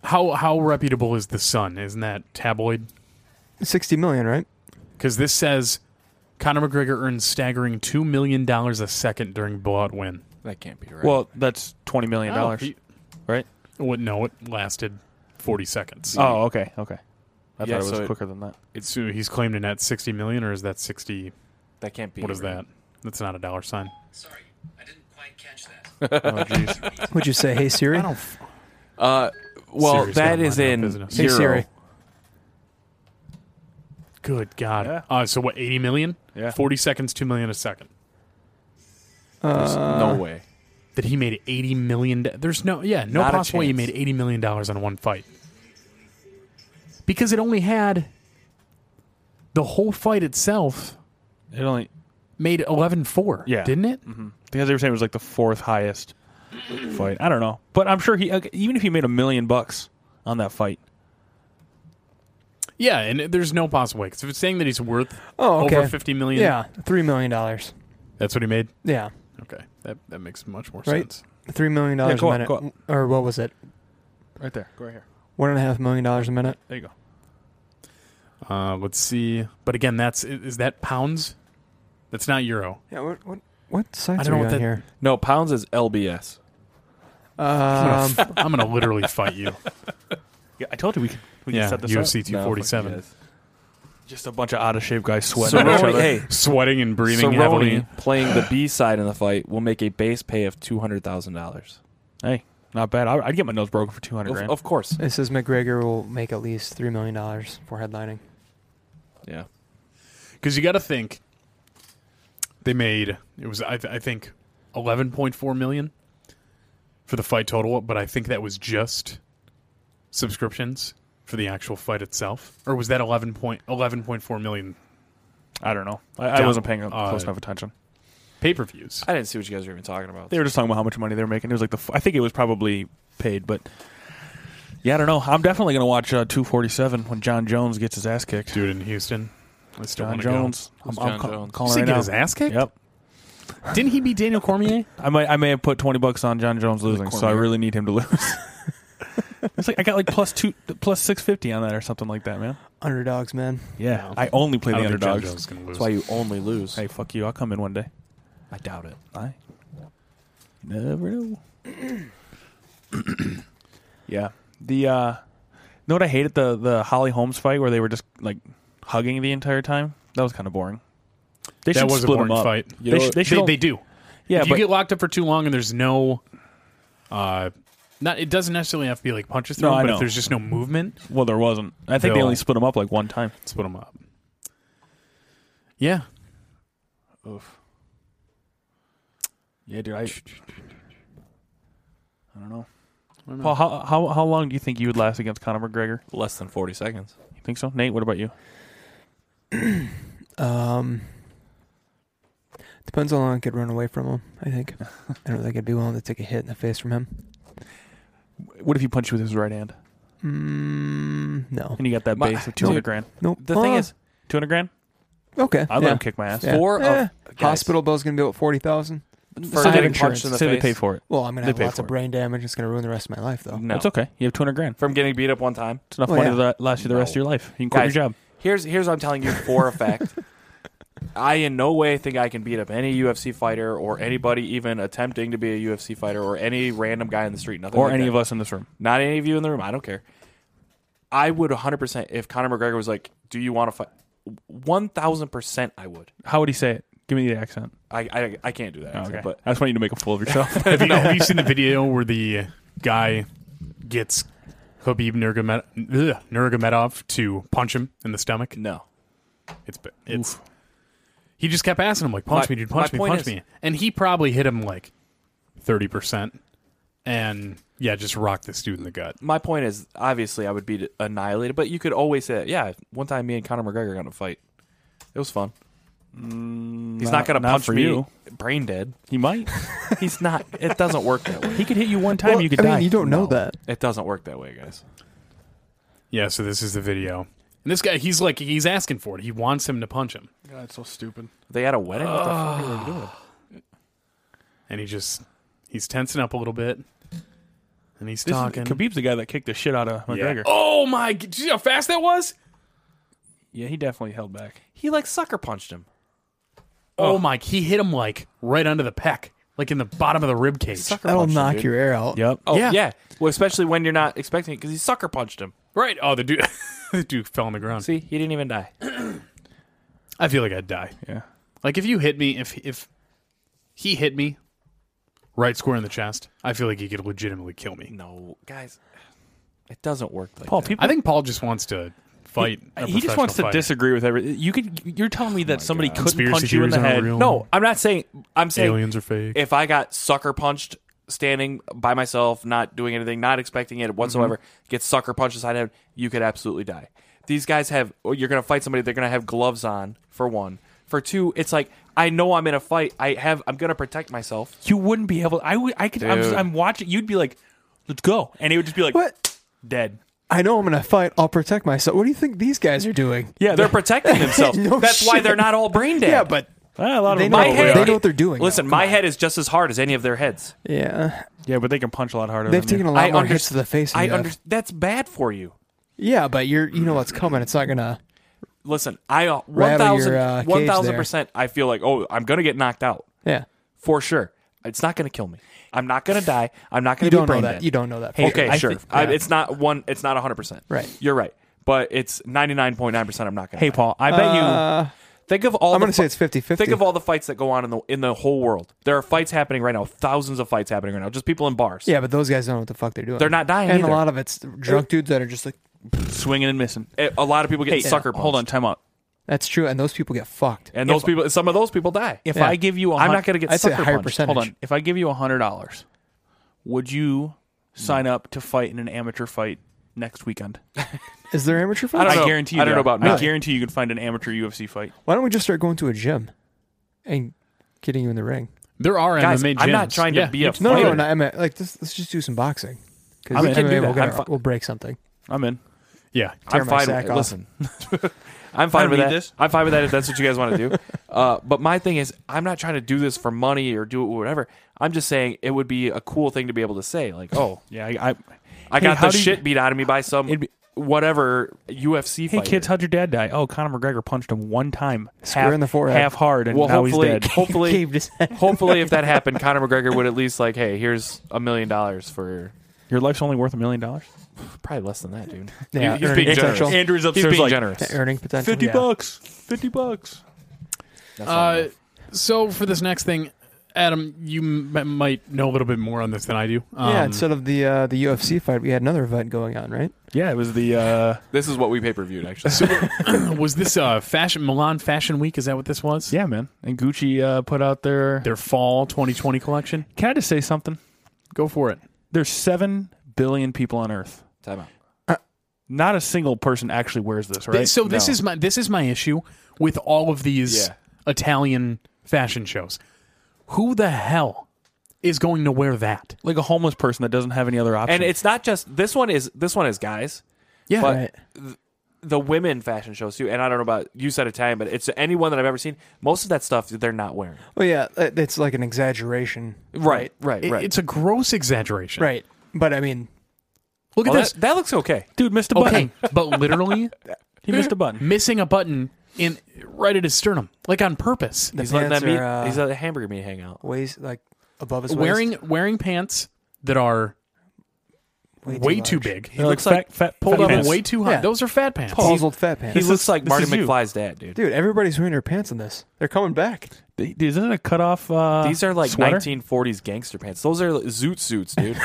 S5: How how reputable is the Sun? Isn't that tabloid?
S4: Sixty million, right?
S5: Because this says Conor McGregor earns staggering two million dollars a second during blowout win.
S3: That can't be right.
S2: Well, that's twenty million dollars, right?
S5: Well, no, it lasted 40 seconds.
S2: Oh, okay, okay. I
S3: Yeah,
S2: thought it was
S3: so it-
S2: quicker
S3: [LAUGHS]
S2: than that.
S5: It's, so he's claimed a net 60 million, or is that 60?
S3: that can't be.
S5: What is
S3: right.
S5: that? That's not a dollar sign.
S6: Sorry, I didn't quite catch that.
S2: Oh, jeez.
S4: Would
S5: [LAUGHS]
S4: you say, "Hey Siri"?
S3: Uh, well,
S5: Seriously,
S3: that
S5: I'm
S3: is
S5: minding my
S3: in
S5: business.
S4: Hey,
S3: euro.
S4: Siri.
S5: Good God.
S2: Yeah.
S5: Uh, so what, 80 million?
S2: Yeah.
S5: 40 seconds, 2 million a second.
S3: There's no way.
S5: That he made 80 million. do- There's no, yeah, no
S3: Not a
S5: possible way he
S3: chance.
S5: made 80 million dollars on one fight. Because it only had the whole fight itself
S2: It only
S5: made 11-4,
S2: Yeah.
S5: didn't it?
S2: because they were saying it was like the fourth highest fight. I don't know, but I'm sure he okay, even if he made a million bucks on that fight,
S5: Yeah, and it- there's no possible way. Because if it's saying that he's worth
S4: Oh, okay.
S5: over 50 million,
S4: Yeah, three million dollars.
S5: that's what he made.
S4: Yeah,
S5: Okay, that that makes much more
S4: Right?
S5: sense.
S4: three million dollars
S2: go
S4: a
S2: up,
S4: minute,
S2: go up.
S4: or what was it?
S2: right there, go right here.
S4: One and a half million dollars a minute.
S2: There you go.
S5: Uh, let's see. But again, that's i- is that pounds? That's not euro.
S4: Yeah. What what what sites
S5: don't
S4: are
S5: know
S4: you
S5: what
S4: on
S5: that- [LAUGHS]
S4: here?
S3: No, pounds is lbs.
S4: Um,
S5: I'm gonna literally fight you.
S2: Yeah, I told you we could,
S5: [LAUGHS]
S2: we
S5: yeah,
S2: could set this
S5: UFC
S2: up.
S3: No, fuck
S5: 247.
S3: yes.
S2: Just a bunch of out of shape guys sweating. at each
S3: Cerrone,
S2: other.
S3: hey,
S5: Sweating and breathing heavily.
S3: Cerrone playing the B side in the fight will make a base pay of two hundred thousand dollars.
S2: Hey, not bad. I, I'd get my nose broken for two hundred
S3: Of,
S2: grand.
S3: of course,
S4: it says McGregor will make at least three million dollars for headlining.
S3: yeah.
S5: Because you got to think, they made it was I, th- I think 11.4 million for the fight total, but I think that was just subscriptions for the actual fight itself, or was that 11 point 11.4 million
S2: I don't know. I, I
S5: Down-
S2: wasn't paying
S5: uh,
S2: close enough attention.
S5: pay per views?
S3: I didn't see what you guys were even talking about.
S2: They were just talking about how much money they were making. It was like the f- I think it was probably paid, but yeah, I don't know. I'm definitely going to watch uh, 247 when John Jones gets his ass kicked.
S5: Dude in Houston, I still
S2: John
S5: wanna go.
S2: Jones. I'm,
S3: Who's
S2: I'm
S3: John
S2: ca-
S3: Jones?
S5: Does
S2: calling
S5: he
S2: right
S5: get
S2: now.
S5: his ass kicked?
S2: Yep.
S5: Didn't he beat Daniel Cormier?
S2: I might I may have put twenty bucks on John Jones losing, so I
S3: Cormier.
S2: really need him to lose. It's like I got like plus two, plus six fifty on that or something like that, man.
S4: Underdogs, man.
S2: Yeah, I only play
S5: I
S2: the
S5: don't think
S2: underdogs.
S5: JoJo's gonna lose.
S3: That's why you only lose.
S2: Hey, fuck you! I'll come in one day.
S3: I doubt it.
S2: I never know. [CLEARS THROAT] yeah, the uh, you know what I hated the the Holly Holmes fight where they were just like hugging the entire time. That was kind of boring. They
S5: that
S2: should
S5: was a
S2: split
S5: boring
S2: them up.
S5: fight.
S2: They, should they should.
S5: They,
S2: all-
S5: they do.
S2: yeah,
S5: if you
S2: but
S5: get locked up for too long and there's no, uh, not it doesn't necessarily have to be like punches
S2: No,
S5: thrown,
S2: I
S5: but
S2: know.
S5: if there's just no movement,
S2: well, there wasn't. I think they
S5: They'll-
S2: only split them up like one time.
S5: split them up. Yeah,
S2: Yeah, dude. I, I don't know. Paul, how, how how long do you think you would last against Conor McGregor?
S3: Less than 40 seconds.
S2: You think so, Nate? What about you?
S4: Um, depends how long I could run away from him.
S3: [LAUGHS]
S4: I think. I don't think I'd be willing to take a hit in the face from him.
S2: What if he punched you with his right hand
S4: Mm, no.
S2: and you got that
S3: My-
S2: [LAUGHS] base of two hundred
S3: dude.
S2: grand?
S4: Nope.
S3: The thing
S4: Uh,
S3: is,
S2: Two hundred grand?
S4: okay.
S2: I'd let
S4: yeah.
S2: him kick my ass.
S4: Yeah.
S3: four
S4: Eh,
S3: of guys,
S4: Hospital bill's gonna be about forty thousand.
S3: for
S4: So they-
S3: getting punched in the
S2: Say
S3: face.
S2: they pay for it.
S4: Well, I'm gonna
S2: They
S4: have
S2: pay
S4: lots
S2: for
S4: of
S2: it.
S4: brain damage. It's gonna ruin the rest of my life, though.
S3: No.
S2: It's okay. You have two hundred grand.
S3: From getting beat up one time.
S2: It's enough
S4: Well,
S2: money
S4: Oh, yeah.
S2: to la- last you the rest of your life. You can quit
S3: Guys,
S2: your job.
S3: Here's here's what I'm telling you for a
S2: [LAUGHS]
S3: fact. I in no way think I can beat up any UFC fighter or anybody even attempting to be a UFC fighter or any random guy in the street. Nothing
S2: Or
S3: like
S2: any
S3: that.
S2: of us in this room.
S3: Not any of you in the room. I don't care. I would 100% if Conor McGregor was like, "Do you want to fight?" 1000% I would.
S2: How would he say it? Give me the accent.
S3: I I, I can't do that.
S2: Oh,
S3: accent,
S2: okay.
S3: But
S2: I just want you to make a fool of yourself.
S5: have, you, have you seen the video where the guy gets Khabib Nurmagomedov, ugh, Nurmagomedov to punch him in the stomach?
S3: no.
S5: It's it's. He just kept asking him like, "Punch
S3: My-
S5: me, dude! Punch
S3: my
S5: me,
S3: point
S5: punch
S3: is-
S5: me!" And he probably hit him like thirty percent, and yeah, just rocked this dude in the gut.
S3: My point is obviously I would be annihilated, but you could always say, that, "Yeah, one time me and Conor McGregor got in a fight. It was fun." He's not,
S2: Mm, not-
S3: going to
S2: not
S3: punch
S2: for
S3: me
S2: you.
S3: brain dead.
S2: [LAUGHS] he might.
S3: He's not. It doesn't work that way.
S2: He could hit you one time.
S4: Well,
S2: you could
S4: I
S2: die.
S4: mean, you don't know
S3: No.
S4: that.
S3: It doesn't work that way, guys.
S5: Yeah, so this is the video. And this guy, he's like, he's asking for it. He wants him to punch him.
S2: God, it's so stupid.
S3: They had a wedding. What the fuck are they doing?
S5: And he just, he's tensing up a little bit. And he's
S2: This is-
S5: talking.
S2: Khabib's the guy that kicked the shit out of
S5: Yeah.
S2: McGregor.
S5: Oh my, did you see how fast that was?
S2: yeah he definitely held back.
S3: He like sucker punched him.
S5: Oh, my, he hit him like right under the pec, like in the bottom of the rib cage.
S3: Sucker
S4: That'll
S3: punched him,
S4: knock
S3: dude.
S4: your air out.
S2: Yep.
S3: Oh
S5: Yeah.
S3: yeah. Well, especially when you're not expecting it because he sucker punched him.
S5: Right. Oh, the dude, [LAUGHS] the dude fell on the ground.
S3: See, he didn't even die.
S5: I feel like I'd die.
S2: Yeah.
S5: Like if you hit me, if if he hit me right square in the chest, I feel like he could legitimately kill me.
S3: No, guys, it doesn't work like
S2: Paul,
S3: that.
S2: people.
S5: I think Paul just wants to fight. a
S2: he just wants to
S5: professional fighter.
S2: disagree with everything. You could. You're telling me that somebody couldn't
S5: Conspiracy
S2: punch you in
S5: theories
S2: the
S5: aren't
S2: head.
S5: real.
S3: No, I'm not saying. I'm saying
S5: Aliens are fake.
S3: if I got sucker punched standing by myself, not doing anything, not expecting
S4: Mm-hmm.
S3: it whatsoever, get sucker punched aside head, you could absolutely die. These guys have oh, you're gonna fight somebody, they're gonna have gloves on, for one. For two, it's like I know I'm in a fight. I have I'm gonna protect myself.
S2: You wouldn't be able. I would. I could. I'm,
S3: Dude.
S2: I'm watching. You'd be like, "Let's go," and it would just be like,
S4: What?
S2: Dead.
S4: I know I'm gonna fight. I'll protect myself. What do you think these guys are doing?
S2: Yeah,
S3: They're
S4: [LAUGHS]
S3: protecting themselves.
S4: No
S3: That's why
S4: shit.
S3: they're not all brain dead.
S4: Yeah, but
S2: Ah, a lot of
S4: They
S2: them
S4: know-
S3: my
S2: probably
S3: head
S2: are.
S4: they know what they're doing now.
S3: Listen, my head is just as hard as any of their heads.
S4: yeah,
S2: Yeah, but they can punch a lot harder.
S4: they've
S2: than
S4: taken
S2: you.
S4: a lot
S3: I
S4: more
S3: under-
S4: hits to the face. than
S3: I
S4: you have.
S3: under- that's bad for you.
S4: Yeah, but you're you know what's coming. It's not gonna.
S3: Listen, I uh, one
S4: Rattle your,
S3: thousand
S4: uh, cage
S3: one thousand
S4: there.
S3: percent. I feel like oh, I'm gonna get knocked out.
S4: Yeah,
S3: for sure. It's not going to kill me. I'm not going to die. I'm not
S4: you
S3: going to be
S4: don't know
S3: brain
S4: that.
S3: dead.
S4: You don't know that. for
S3: okay,
S2: I
S3: sure.
S2: thi-
S3: I, it's not one. It's not 100. percent
S4: Right.
S3: You're right. But it's 99.9. percent I'm not going to.
S2: Hey, Paul. I bet
S4: Uh,
S3: think of all.
S4: I'm
S3: the
S4: gonna say it's 50-50.
S3: Think of all the fights that go on in the in the whole world. There are fights happening right now. Thousands of fights happening right now. Just people in bars.
S4: Yeah, but those guys don't know what the fuck they're doing.
S3: They're not dying
S4: And
S3: either.
S4: a lot of it's drunk dudes that are just like,
S2: you swinging and missing. Eh,
S3: A- A lot of people get
S2: Hey,
S3: sucker punched.
S2: Hold on, time out.
S4: that's true, and those people get fucked.
S3: And those people, some of those people die.
S2: If
S4: Yeah.
S2: I give you, a
S3: I'm
S2: hun-
S3: not going to get
S4: I'd say a
S3: sucker
S4: higher
S3: punched.
S4: percentage.
S2: Hold on. If I give you a hundred dollars, would you sign up to fight in an amateur fight next weekend?
S4: Is there amateur fights?
S3: I
S2: I
S3: don't know.
S2: guarantee. You
S3: I don't
S2: there
S3: know
S2: are.
S3: about
S2: I
S3: none.
S2: guarantee you could find an amateur UFC fight.
S4: Why don't we just start going to a gym and getting you in the ring?
S5: there are
S3: Guys,
S5: MMA gyms.
S3: I'm not trying to
S5: Yeah,
S3: be a
S4: No,
S3: fighter.
S4: no, no. I'm at, like just, let's just do some boxing. Because
S2: I'm in. We can
S4: we'll,
S2: do that.
S4: get
S2: I'm
S4: our-
S2: fi-
S4: we'll break something.
S2: I'm in.
S5: Yeah,
S4: Tear
S3: I'm
S4: my
S3: fine.
S4: sack
S3: With,
S4: off.
S3: listen, [LAUGHS]
S2: [LAUGHS]
S3: I'm fine
S2: I
S3: with that.
S2: read this.
S3: I'm fine with that if that's what you guys want to do. [LAUGHS] Uh, but my thing is, I'm not trying to do this for money or do it whatever. I'm just saying it would be a cool thing to be able to say, like, oh,
S2: Yeah, I, I,
S3: I
S2: Hey,
S3: got
S2: how
S3: the
S2: do you-
S3: shit beat out of me by some
S2: It'd be-
S3: whatever UFC
S2: Hey
S3: fighter.
S2: kids, how'd your dad die? Oh, Conor McGregor punched him one time,
S4: Square
S2: half,
S4: in the forehead.
S2: half hard, and
S3: well,
S2: now he's
S3: hopefully, [LAUGHS]
S2: dead.
S3: hopefully,
S4: Caved his head.
S3: hopefully,
S2: [LAUGHS]
S3: if that happened, Conor McGregor would at least like, hey, here's a million dollars for
S2: Your life's only worth a million dollars.
S3: probably less than that, dude.
S4: Yeah,
S3: He- he's
S4: earning
S3: being generous.
S4: potential.
S2: Andrew's
S3: He's
S2: upstairs
S3: being
S2: like
S3: generous.
S4: Yeah, Earning potential.
S2: fifty
S4: yeah.
S2: bucks, fifty bucks.
S3: That's not
S5: Uh,
S3: enough.
S5: so for this next thing, Adam, you m- might know a little bit more on this than I do. Um,
S4: yeah, instead of the uh, the UFC fight, we had another event going on, right?
S2: Yeah, it was the uh,
S3: this is what we pay per viewed [LAUGHS] actually.
S5: was this uh, fashion Milan Fashion Week? Is that what this was?
S2: yeah man, and Gucci uh, put out their.
S5: Their fall 2020 collection.
S2: Can I just say something?
S5: Go for it.
S2: There's seven billion people on Earth.
S3: Time out.
S2: Not a single person actually wears this, right?
S5: so this
S3: No.
S5: is my this is my issue with all of these
S3: Yeah.
S5: Italian fashion shows. Who the hell is going to wear that?
S2: like a homeless person that doesn't have any other option.
S3: And it's not just this one is this one is guys.
S5: Yeah,
S3: But-
S4: Right.
S3: the women fashion shows too, and I don't know about you said Italian, but it's anyone that I've ever seen. Most of that stuff they're not wearing.
S4: Well, yeah, it- it's like an exaggeration.
S3: Right, right,
S5: It-
S3: right.
S5: it's a gross exaggeration.
S4: Right. But I mean,
S5: Look at
S3: Well,
S5: this.
S3: that, that looks okay.
S2: dude missed a
S5: okay,
S2: button.
S5: but literally [LAUGHS]
S2: He missed a button.
S5: missing a button in right at his sternum, like on purpose.
S4: the
S3: He's letting
S4: pants
S3: that meat.
S4: are uh,
S3: he's letting the hamburger meat hang out.
S4: waist like above his
S5: wearing
S4: waist,
S5: wearing pants that are
S4: way too,
S5: way too,
S4: large.
S5: big,
S2: He looks like fat, fat
S5: pulled
S2: fat
S5: up
S2: pants.
S5: way too high.
S4: Yeah.
S5: Those are fat pants.
S4: Puzzled fat pants.
S3: He looks like
S2: this
S3: Marty
S2: is you.
S3: McFly's dad, dude.
S4: Dude, everybody's wearing their pants in this. They're coming back.
S2: Dude, Is that a cut off? Uh,
S3: These are like
S2: sweater?
S3: 1940s gangster pants. Those are like zoot suits, dude.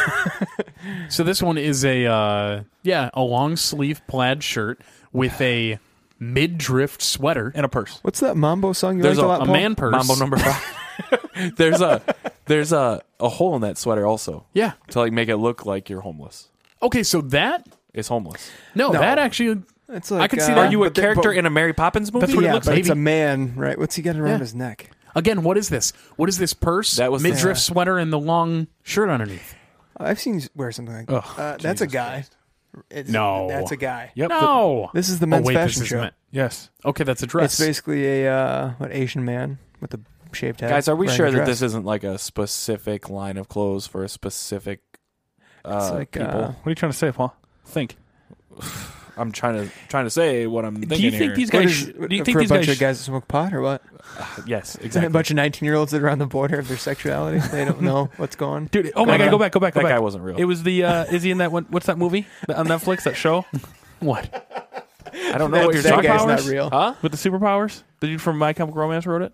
S5: So this one is a uh, yeah a long sleeve plaid shirt with a mid drift sweater.
S2: and a purse.
S4: What's that Mambo song you
S3: There's
S4: like a,
S3: a-
S4: lot,
S5: a
S4: Paul?
S5: man purse.
S3: Mambo number five. there's a there's a, a hole in that sweater also
S5: Yeah.
S3: to like make it look like you're homeless.
S5: Okay, so that
S3: It's homeless.
S5: no,
S4: No.
S5: that actually
S4: It's like,
S5: I can see
S4: uh,
S5: that.
S3: are you a
S4: but they-
S3: character
S4: but-
S3: in a Mary Poppins movie?
S5: That's what it
S4: yeah,
S5: looks
S4: but
S5: like.
S4: it's a man, right? What's he got around
S5: Yeah.
S4: his neck?
S5: again. What is this? What is this purse?
S3: That was the-
S5: mid drift sweater and the long shirt underneath.
S4: Oh, I've seen you wear something like that. uh, that's a guy. It's-
S5: No.
S4: that's a guy.
S2: Yep.
S5: No,
S4: This is the
S5: Oh,
S4: men's
S5: wait,
S4: fashion
S5: this is
S4: show.
S5: men-
S2: yes.
S5: Okay, that's a dress.
S4: It's basically a uh, what Asian man with a shaved head.
S3: Guys, are we
S4: wearing
S3: sure
S4: a
S3: that
S4: dress.
S3: this isn't like a specific line of clothes for a specific uh,
S4: It's like,
S3: people?
S4: uh,
S2: What are you trying to say, Paul? Think.
S3: I'm trying to trying to say what I'm thinking.
S2: Do you think
S3: here.
S2: these
S4: What
S2: guys?
S4: is-
S2: do you think
S4: for a
S2: these
S4: bunch
S2: guys?
S4: of guys that smoke pot or what?
S3: Yes,
S4: [LAUGHS] A
S3: exactly.
S4: bunch of nineteen-year-olds that are on the border of their sexuality. they don't know what's going.
S2: [LAUGHS] Dude, oh my
S3: That
S2: god,
S3: guy-
S2: go back, go back, go
S3: that
S2: back.
S3: guy wasn't real.
S2: It was the uh, is he in that one? What's that movie That- on Netflix? That show
S5: what?
S3: I don't know what you're
S4: that
S3: talking
S4: guy's
S3: about.
S4: not
S2: powers?
S4: real.
S3: Huh?
S2: [LAUGHS] with the superpowers. The dude from My Chemical Romance wrote it.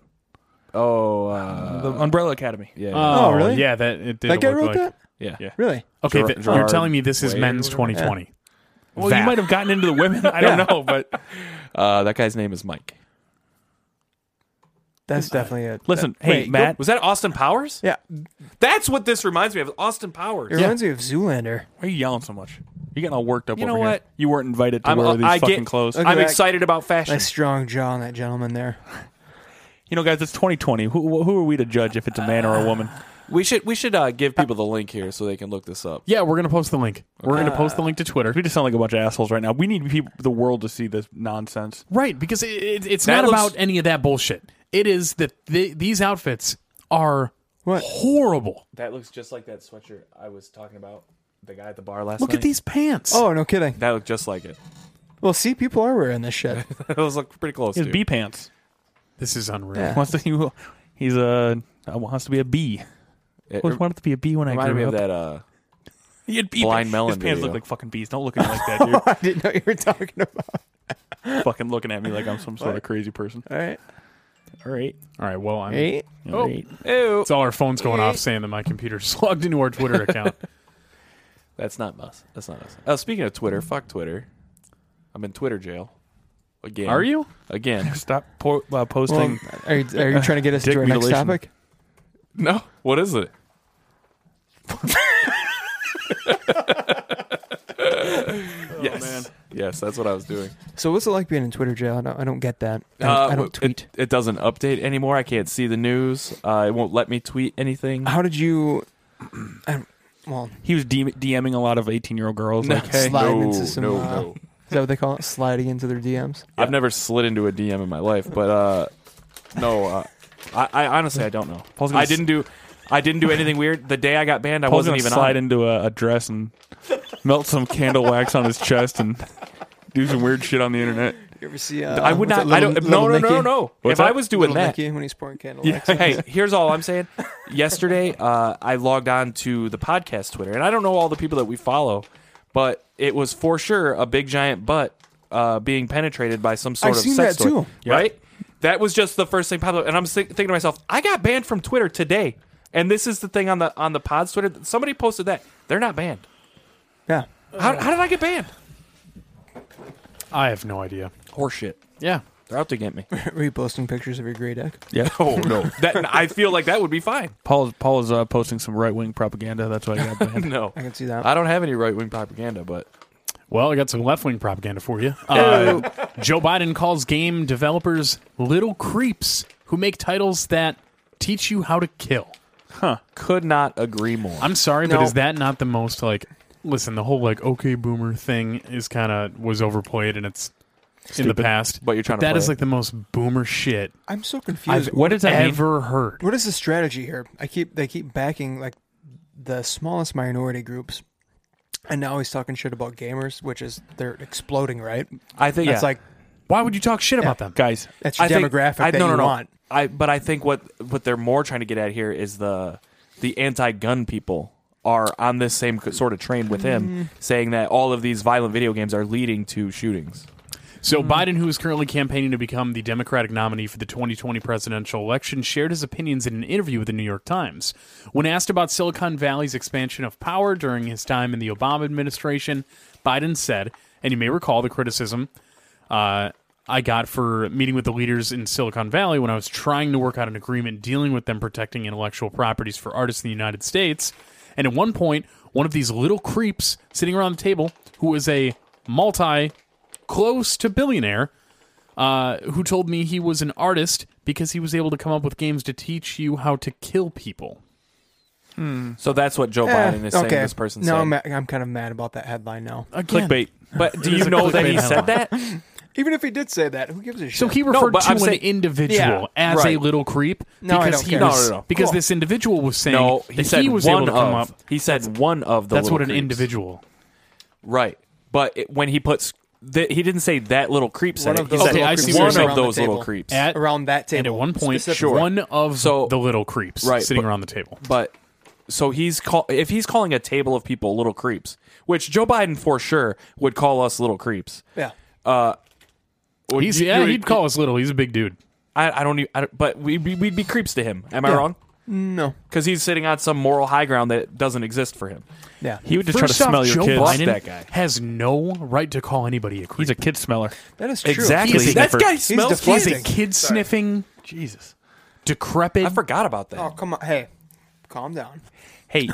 S3: Oh, uh,
S2: the Umbrella Academy.
S3: yeah.
S5: Oh,
S4: really?
S5: Yeah, that it did.
S4: That guy
S5: look
S4: wrote
S5: like,
S4: that.
S3: Uh, yeah.
S2: Yeah.
S4: Really?
S5: Okay,
S3: Ger-
S5: th- you're
S3: Gerard
S5: telling me this is
S3: Way or
S5: men's
S3: whatever?
S5: 2020.
S2: Well,
S5: That.
S2: you might have gotten into the women. I don't know, but
S3: Uh, that guy's name is Mike.
S4: That's definitely it.
S2: [LAUGHS] listen, hey
S4: Wait, go-
S2: Matt,
S3: Was that Austin Powers?
S4: Yeah,
S3: That's what this reminds me of. Austin Powers.
S4: it reminds me of Zoolander.
S2: why are you yelling so much? You're getting all worked up.
S3: You
S2: over
S3: know
S2: here.
S3: what?
S2: You weren't invited to
S3: I'm,
S2: wear these
S3: I
S2: fucking
S3: get,
S2: clothes.
S4: Look at
S3: I'm
S4: that-
S3: excited about fashion.
S4: Nice strong jaw on that gentleman there.
S2: You know, guys, it's 2020. Who, who are we to judge if it's a man or a woman?
S3: We should we should uh, give people the link here so they can look this up.
S5: Yeah, we're gonna post the link. We're gonna post the link to Twitter.
S2: We just sound like a bunch of assholes right now. We need people, the world to see this nonsense.
S5: Right, because it, it, it's
S3: That
S5: not
S3: looks-
S5: about any of that bullshit. It is that th these outfits are
S4: What?
S5: horrible.
S3: That looks just like that sweatshirt I was talking about. The guy at the bar last
S5: Look at these pants.
S4: Oh, no kidding.
S3: That looked just like it. [LAUGHS]
S4: Well, see, people are wearing this shit.
S3: Those look pretty close.
S2: He's
S3: dude.
S2: bee pants.
S5: this is unreal.
S4: Yeah.
S2: Wants to he, he's a uh, wants to be a bee.
S3: It
S2: Always wanted to be a bee when I
S3: reminded me
S2: grew
S3: of
S2: up.
S3: that. Uh,
S2: He had bee
S3: Blind
S2: pants.
S3: Melon
S2: His pants
S3: video.
S2: look like fucking bees. Don't look at me like [LAUGHS]
S4: [LAUGHS] I
S2: that,
S4: didn't know you were talking about.
S2: dude. fucking looking at me like I'm some sort of crazy person. Oh.
S4: All right.
S2: All right.
S5: All right. Well, I'm,
S4: Eight.
S2: All right.
S5: it's all our phones going off saying that my computer's [LAUGHS] logged into our Twitter account.
S3: that's not us. That's not us. Uh, speaking of Twitter, fuck Twitter. I'm in Twitter jail again.
S5: are you?
S2: [LAUGHS]
S3: again?
S2: Stop po- uh,
S4: Well,
S2: posting.
S4: are, you, are you trying to get
S3: [LAUGHS]
S4: us
S2: Dick
S4: to our next
S2: mutilation.
S4: topic?
S3: No. What is it? [LAUGHS] yes. Yes, that's what I was doing.
S4: So, what's it like being in Twitter jail? I don't, I don't get that. I don't,
S3: Uh,
S4: I don't
S3: it-
S4: tweet.
S3: It, doesn't update anymore. I can't see the news. Uh, it won't let me tweet anything.
S4: How did you? I don't-
S3: [LAUGHS]
S4: well,
S2: He was DM- DMing a lot of 18 year old girls. Like, hey,
S4: slide
S3: no,
S4: into some,
S3: no,
S4: uh,
S3: no.
S4: is that what they call it? Sliding into their DMs.
S3: I've never slid into a DM in my life, but uh, no, uh, I, I honestly I don't know.
S2: Paul's gonna
S3: I didn't do, I didn't do anything weird. The day I got banned, I
S2: Paul's
S3: wasn't
S2: gonna
S3: even
S2: slide
S3: on.
S2: into a, a dress and melt some candle wax on his chest and do some weird shit on the internet.
S4: You ever see? Uh,
S3: I would
S4: what's
S3: not.
S4: that
S3: I don't.
S4: Little-
S3: no, no,
S4: Little
S3: no,
S4: Nicky?
S3: no.
S2: What's
S3: If
S2: that?
S3: I was doing
S4: Little
S3: that,
S4: Nicky when he's pouring candle wax.
S3: hey, here's all I'm saying. Yesterday, uh, I logged on to the podcast Twitter, and I don't know all the people that we follow, but it was for sure a big giant butt uh, being penetrated by some sort
S4: I've
S3: of
S4: seen
S3: sex
S4: that,
S3: toy,
S4: too.
S3: right? That was just the first thing popped up, and I'm think- thinking to myself, I got banned from Twitter today, and this is the thing on the on the pods Twitter. Somebody posted that they're not banned.
S4: Yeah.
S3: How, how did I get banned?
S5: I have no idea.
S3: Horseshit.
S5: Yeah.
S3: They're out to get me.
S4: Were you posting pictures of your gray deck?
S2: Yeah. Oh no.
S3: That I feel like that would be fine.
S2: Paul Paul is uh, posting some right wing propaganda. That's why I got
S3: [LAUGHS]
S2: banned.
S3: No,
S4: I can see that.
S3: I don't have any right wing propaganda, but
S5: Well, I got some left wing propaganda for you. Uh, Joe Biden calls game developers little creeps who make titles that teach you how to kill.
S3: could not agree more.
S5: I'm sorry,
S4: No.
S5: but is that not the most like? Listen, the whole like okay boomer thing is kind of was overplayed and it's in the past.
S3: But you're trying to
S5: that
S3: play
S5: is
S3: it.
S5: like the most boomer shit
S4: I'm so
S5: I've
S4: confused.
S5: ever heard.
S4: What is the strategy here? I keep they keep backing like the smallest minority groups, and now he's talking shit about gamers, which is they're exploding, right?
S3: I think
S4: That's
S3: yeah.
S4: like
S5: Why would you talk shit about them?
S2: Guys,
S4: that's your
S3: think-
S4: demographic
S3: I-
S4: that
S3: no, no,
S4: you
S3: no.
S4: want.
S3: I but I think what what they're more trying to get at here is the the anti-gun people are on this same co- sort of train with
S4: Mm.
S3: him, saying that all of these violent video games are leading to shootings.
S5: So Biden, who is currently campaigning to become the Democratic nominee for the 2020 presidential election, shared his opinions in an interview with the New York Times. When asked about Silicon Valley's expansion of power during his time in the Obama administration, Biden said, and you may recall the criticism uh, I got for meeting with the leaders in Silicon Valley when I was trying to work out an agreement dealing with them protecting intellectual properties for artists in the United States. And at one point, one of these little creeps sitting around the table, who was a multi close to billionaire, uh, who told me he was an artist because he was able to come up with games to teach you how to kill people.
S3: So that's what Joe
S4: Eh,
S3: Biden is saying.
S4: okay.
S3: This person
S4: no,
S3: said.
S4: I'm, I'm kind of mad about that headline now.
S5: Again,
S2: clickbait.
S3: but do
S5: It is
S3: you
S5: a
S3: know that
S5: clickbait
S3: he said that?
S5: [LAUGHS]
S4: Even if he did say that, who gives a shit?
S5: So he referred
S3: but
S5: to
S3: I'm
S5: an
S3: saying-
S5: individual
S4: Yeah,
S5: as a
S3: right.
S5: little creep
S4: No, I
S5: because
S4: don't
S5: he
S4: care.
S5: was
S3: No, no, no.
S5: because
S4: Cool.
S5: this individual was saying
S3: No, he
S5: that
S3: said
S5: he was
S3: one
S5: able to
S3: of.
S5: come up.
S3: He said one of the.
S5: That's
S3: little
S5: what an
S3: creeps.
S5: individual.
S3: Right, but it, when he puts, th- he didn't say that little creep. Said
S4: One
S3: it.
S4: of
S3: He
S4: those
S3: said
S5: little Okay, I see creeps what
S3: one
S5: you're
S3: of those
S4: saying. around the
S3: little
S4: table.
S3: creeps.
S5: At,
S4: around that
S5: and
S4: table.
S5: at one point,
S4: specifically.
S5: one of
S3: So-
S5: the little creeps
S3: Right,
S5: sitting
S3: but-
S5: around the table.
S3: But so he's call if he's calling a table of people little creeps, which Joe Biden for sure would call us little creeps.
S4: yeah.
S3: Would
S5: He's,
S3: you-
S5: yeah,
S3: you-
S5: he'd call us little. He's a big dude.
S3: I, I don't. e- I don't- but we'd be, we'd be creeps to him. Am I wrong?
S4: No.
S3: Because he's sitting on some moral high ground that doesn't exist for him.
S4: Yeah.
S2: He would just
S5: First
S2: try to
S5: off,
S2: smell your
S5: Joe
S2: kids.
S5: Biden
S3: That guy.
S5: has no right to call anybody a creep.
S2: He's a kid smeller.
S4: That is true.
S2: Exactly.
S4: He's-
S2: He's
S3: that
S2: different.
S3: guy smells.
S5: He's
S4: deflecting.
S5: a kid sniffing,
S2: Jesus.
S5: decrepit.
S3: I forgot about that.
S4: oh, come on. Hey, calm down.
S2: [LAUGHS] Hey,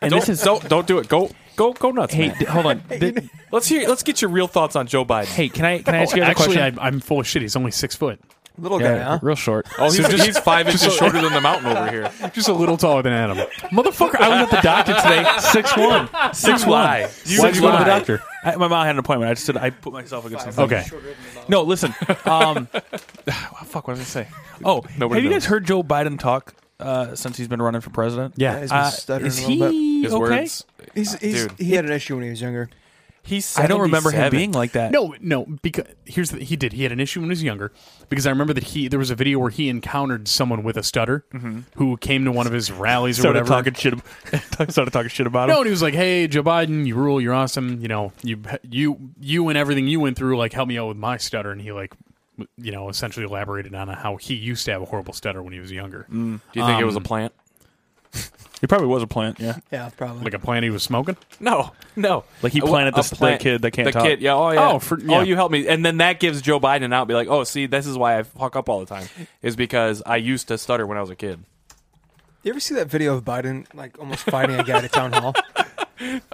S2: and
S3: don't,
S2: this is
S3: don't don't do it. Go go go nuts.
S2: hey.
S3: man.
S2: d- hold [LAUGHS] on. Th-
S3: let's hear. Let's get your real thoughts on Joe Biden.
S2: hey, can I can I ask you guys a
S5: Actually,
S2: question?
S5: I, I'm full of shit. He's only six foot,
S4: Little guy, huh?
S2: yeah, uh, real short.
S3: oh, he's, he's [LAUGHS] five inches shorter than the mountain over here.
S5: just a little taller than
S2: [LAUGHS]
S5: Adam.
S2: Motherfucker, I was at the doctor today. [LAUGHS] Six one. [LAUGHS] Six
S3: Why?
S2: one.
S3: You
S2: Why'd you go to the
S3: lie.
S2: doctor? I, my mom had an appointment. I just said I put myself against the
S5: Okay,
S2: No, listen. [LAUGHS] Um, [SIGHS] fuck, what did I say? Oh,
S3: Nobody
S2: have you
S3: knows.
S2: guys heard Joe Biden talk uh, since he's been running for president?
S5: yeah.
S4: He's been
S2: Uh,
S4: stuttering
S2: is
S4: a little bit.
S2: he
S3: His
S2: okay?
S3: words.
S4: He's, he's,
S3: Dude.
S4: he had an issue when he was younger.
S3: He's.
S2: I don't remember him
S3: 77.
S2: being like that.
S5: No, no, because here's the, he did. He had an issue when he was younger because I remember that he there was a video where he encountered someone with a stutter who came to one of his rallies or
S2: started
S5: whatever.
S2: talking shit. ab- [LAUGHS] Started talking shit about
S5: No,
S2: him.
S5: and he was like, "Hey, Joe Biden, you rule. You're awesome. You know, you you you and everything you went through, like, help me out with my stutter." And he like, w- you know, essentially elaborated on how he used to have a horrible stutter when he was younger,
S3: Do you think it
S2: Um,
S3: was a plant?
S2: He probably was a plant. Yeah.
S4: Yeah, probably.
S5: like a plant he was smoking.
S3: No, no.
S2: Like he
S3: A-
S2: planted
S3: a
S2: this- the kid that can't
S3: the
S2: talk.
S3: Kid, yeah, oh yeah.
S5: Oh, for- yeah.
S3: oh, you help me, and then that gives Joe Biden an out. Be like, oh, see, this is why I fuck up all the time, is because I used to stutter when I was a kid.
S4: You ever see that video of Biden like almost fighting a guy at a town [LAUGHS] hall?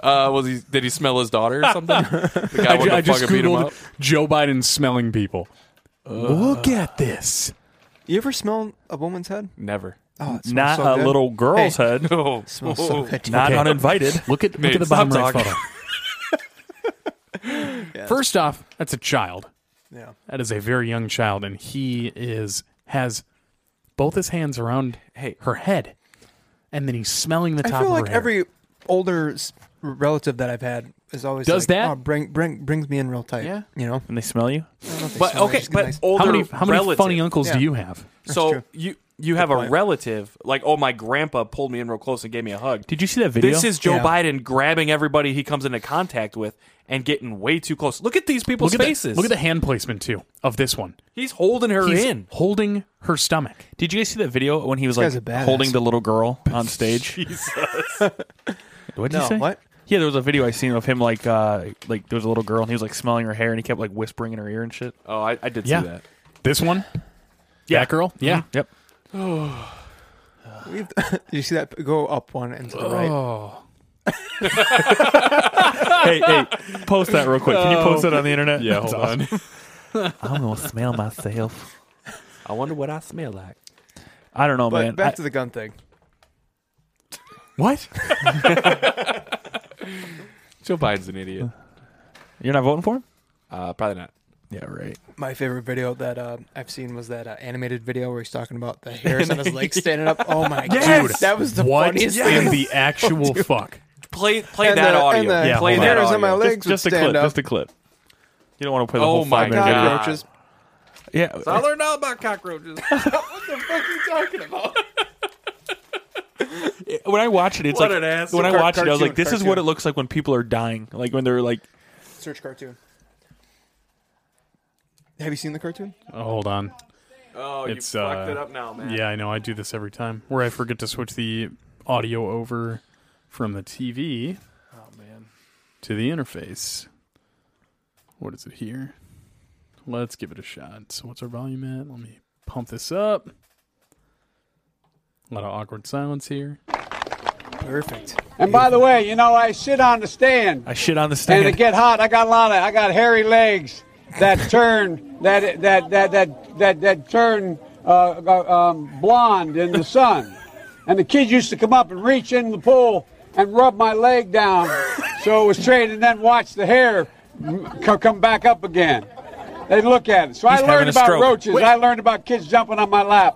S3: Uh, was he? Did he smell his daughter
S5: [LAUGHS]
S3: or something? the guy
S5: I,
S3: wanted
S5: ju-
S3: to
S5: I just
S3: fucking beat him
S5: googled
S3: up.
S5: Joe Biden smelling people. Look at this.
S4: You ever smell a woman's head?
S3: Never. Oh.
S4: Oh, it smells
S2: Not
S4: so
S2: a
S4: good.
S2: little girl's
S4: Hey. [LAUGHS]
S2: head.
S3: No.
S4: Oh, Smells so good.
S2: Not
S5: Okay.
S3: [LAUGHS]
S2: uninvited.
S5: Look at look
S3: Nate,
S5: at the
S3: stop
S5: bottom right
S3: talking.
S5: photo.
S3: [LAUGHS]
S5: First off, that's a child.
S4: Yeah.
S5: That is a very young child, and he is has both his hands around
S3: Hey.
S5: her head, and then he's smelling the top
S4: I feel
S5: of
S4: like
S5: her hair.
S4: every older s- relative that I've had is always
S5: Does
S4: like,
S5: that-
S4: oh, bring bring brings me in real tight.
S5: Yeah.
S4: you know.
S2: and they smell you.
S3: But okay, but older
S5: How many how many
S3: relative.
S5: funny uncles
S4: Yeah.
S5: do you have?
S3: So
S4: true.
S3: you you have a
S4: point.
S3: relative like oh my grandpa pulled me in real close and gave me a hug.
S2: Did you see that video?
S3: This is Joe
S4: Yeah.
S3: Biden grabbing everybody he comes into contact with and getting way too close. Look at these people's
S5: Look at, the,
S3: faces.
S5: look at the hand placement too of this one.
S3: He's holding her
S5: He's
S3: in.
S5: holding her stomach.
S2: Did you guys see that video when he was
S4: This
S2: like
S4: guy's a badass.
S2: holding the little girl on stage?
S3: Jesus.
S2: What did
S4: No,
S2: you say?
S4: what?
S2: Yeah, there was a video I seen of him like uh like there was a little girl and he was like smelling her hair and he kept like whispering in her ear and shit.
S3: Oh, I, I did
S5: Yeah.
S3: see that.
S5: This one,
S2: Yeah.
S5: that girl. Yeah,
S2: Yep.
S4: Leave the- you see that go up one and to the
S5: Oh,
S4: right.
S2: hey, hey, post that real quick. Can you
S4: Oh.
S2: post that on the internet?
S5: yeah. Hold on.
S2: [LAUGHS] I'm gonna smell myself.
S3: I wonder what I smell like.
S2: I don't know,
S4: But
S2: man.
S4: back
S2: I-
S4: to the gun thing.
S5: what?
S3: Joe Biden's an idiot.
S2: you're not voting for him?
S3: Uh, probably not.
S2: Yeah, right.
S4: My favorite video that uh, I've seen was that uh, animated video where he's talking about the
S5: [LAUGHS]
S4: hairs on his legs standing up. Oh my god, that was the
S5: what
S4: funniest
S5: in
S4: thing. [LAUGHS]
S5: the actual fuck?
S3: Play play
S4: And
S3: that
S4: the-
S3: audio.
S4: and the-
S2: Yeah,
S3: play
S2: hold
S3: that
S4: on. Hairs on my
S3: audio.
S4: leg. Legs
S2: Just, just a
S4: would
S2: clip.
S4: stand up.
S2: Just a clip. You don't want to play the
S3: Oh
S2: whole
S3: my
S2: five minute
S3: God.
S2: video.
S4: Cockroaches.
S2: Yeah.
S3: I learned all about cockroaches.
S2: when I watch it, it's
S3: What
S2: like
S3: an ass.
S2: when I
S3: Car-
S2: watch it, I was
S4: cartoon,
S2: like, "This is what it
S4: cartoon.
S2: looks like when people are dying, like when they're like
S4: Search cartoon. Have you seen the cartoon?
S5: Oh, hold on.
S3: Oh, you
S5: It's,
S3: fucked
S5: uh,
S3: it up now, man.
S5: Yeah, I know. I do this every time where I forget to switch the audio over from the TV.
S3: Oh,
S5: To the interface. What is it here? Let's give it a shot. So, what's our volume at? Let me pump this up. A lot of awkward silence here.
S4: Perfect.
S7: And by the way, you know I sit on the stand,
S2: I shit on the
S7: and
S2: stand."
S7: it get hot. I got a lot of I got hairy legs
S2: [LAUGHS]
S7: that turn that that that that that that turn uh, uh, um, blonde in the sun. And the kids used to come up and reach in the pool and rub my leg down, so it was straight, and then watch the hair m- co- come back up again. They look at it. So
S2: He's
S7: I
S2: having
S7: learned
S2: a
S7: about
S2: stroke.
S7: roaches.
S2: Wait.
S7: I learned about kids jumping on my lap,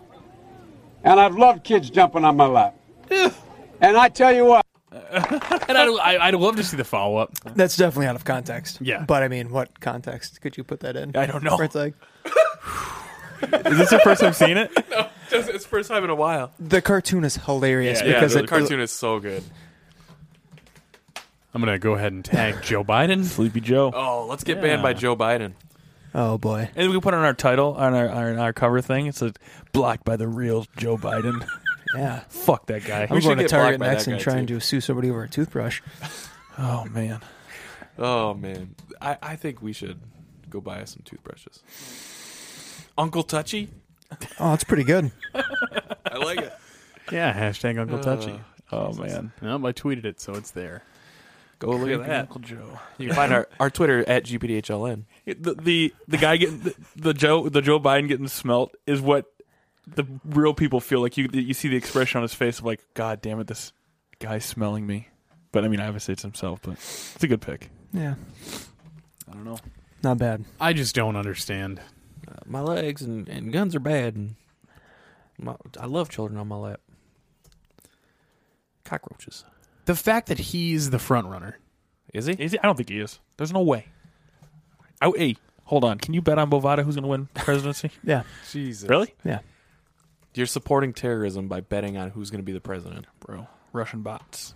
S7: and I've loved kids jumping on my lap. and I tell you what.
S5: And I'd, I- I'd love to see the follow up.
S4: That's definitely out of context.
S5: Yeah.
S4: But I mean, what context could you put that in?
S2: I don't know.
S4: Where it's like
S2: Is this your first time seeing it? [LAUGHS]
S3: It's, it's first time in a while.
S4: the cartoon is hilarious
S3: Yeah,
S4: because
S3: the
S4: it,
S3: cartoon is so good.
S5: I'm going to go ahead and tag Joe Biden.
S2: Sleepy Joe.
S3: Oh, let's get banned by Joe Biden.
S4: Oh boy.
S2: And we put on our title on our on our cover thing. It says "Blocked by the real Joe Biden."
S4: Yeah.
S2: [LAUGHS] Fuck that guy.
S4: I'm going to
S3: get blocked
S4: Target
S3: by
S4: next
S3: that
S4: and
S3: guy,
S4: trying
S3: too.
S4: to sue somebody over a toothbrush.
S2: oh man,
S3: Oh man, I, I think we should go buy us some toothbrushes. Uncle Touchy,
S4: Oh, it's pretty good.
S3: I like it.
S5: Yeah, hashtag Uncle Touchy.
S2: oh man.
S5: Nope, I tweeted it, so it's there.
S3: Go look at that.
S2: Uncle Joe.
S3: You can find our, our Twitter at GPDHLN.
S2: The, the the guy getting the, the Joe the Joe Biden getting smelt is what the real people feel like. You you see the expression on his face of like, God damn it, this guy's smelling me. But I mean, obviously it's himself. But it's a good pick.
S4: Yeah.
S2: I don't know.
S4: Not bad.
S5: I just don't understand.
S3: My legs and, and guns are bad. And my, I love children on my lap. Cockroaches.
S5: The fact that he's the front runner.
S3: Is he?
S2: Is he? I don't think he is. There's no way. Oh, hey, hold on. Can you bet on Bovada who's going to [LAUGHS] win presidency?
S4: Yeah.
S3: Jesus.
S2: really?
S4: Yeah.
S3: You're supporting terrorism by betting on who's going to be the president, bro.
S2: Russian bots.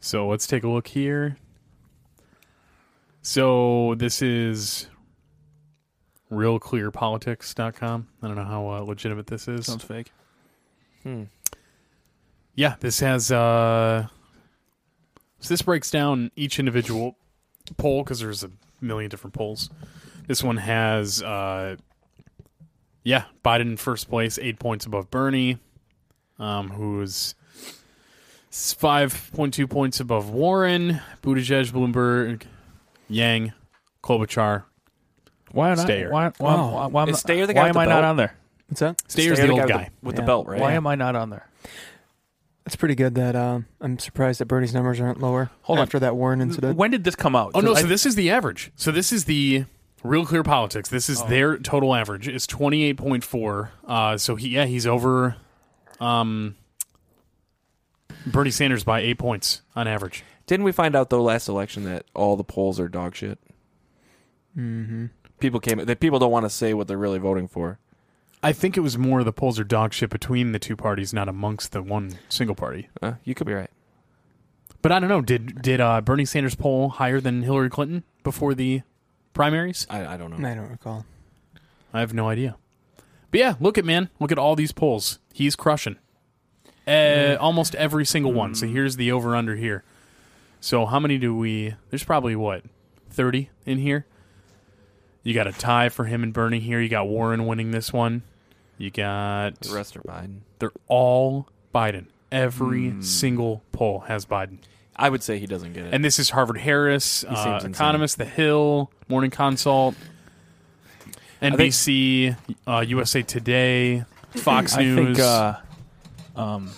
S5: So let's take a look here. So this is realclearpolitics.com. I don't know how uh, legitimate this is.
S2: Sounds fake.
S5: Yeah, this has. Uh, so this breaks down each individual poll because there's a million different polls. This one has, uh, yeah, Biden in first place, eight points above Bernie, um, who's five point two points above Warren, Buttigieg, Bloomberg, Yang, Klobuchar.
S2: Why not?
S5: Stayer.
S2: Why, why, why, why,
S3: Is Stayer the guy
S2: why
S3: with the
S2: am I
S3: belt?
S2: not on there?
S4: What's that?
S5: Stayer's
S3: Stay
S5: the
S3: guy
S5: old
S3: with
S5: guy.
S3: the, with the
S4: Yeah.
S3: belt, right?
S2: Why am I not on there?
S4: It's pretty good that um, I'm surprised that Bernie's numbers aren't lower
S2: Hold on.
S4: after that Warren incident.
S2: When did this come out?
S5: Oh no!
S2: 'Cause I-
S5: So this is the average. So this is the real clear politics. This is their total average. It's twenty eight point four. Uh, so he yeah he's over, um, Bernie Sanders by eight points on average.
S3: Didn't we find out though last election that all the polls are dog shit? Mm-hmm. People came that people don't want to say what they're really voting for.
S5: I think it was more the polls are dog shit between the two parties, not amongst the one single party.
S3: Uh, you could be right.
S5: But I don't know. Did did uh, Bernie Sanders poll higher than Hillary Clinton before the primaries?
S3: I, I don't know.
S4: I don't recall.
S5: I have no idea. But yeah, look at man, look at all these polls. He's crushing. Uh, almost every single one.
S3: Mm.
S5: So here's the over under here. So how many do we? There's probably what thirty in here. You got a tie for him and Bernie here. You got Warren winning this one. You got
S3: The rest are Biden.
S5: they're all Biden. Every
S3: Hmm.
S5: single poll has Biden.
S3: I would say he doesn't get it.
S5: And this is Harvard Harris, uh,
S3: seems insane.
S5: Economist, The Hill, Morning Consult, NBC, uh, USA Today, Fox
S2: I
S5: News.
S2: think. Uh, um,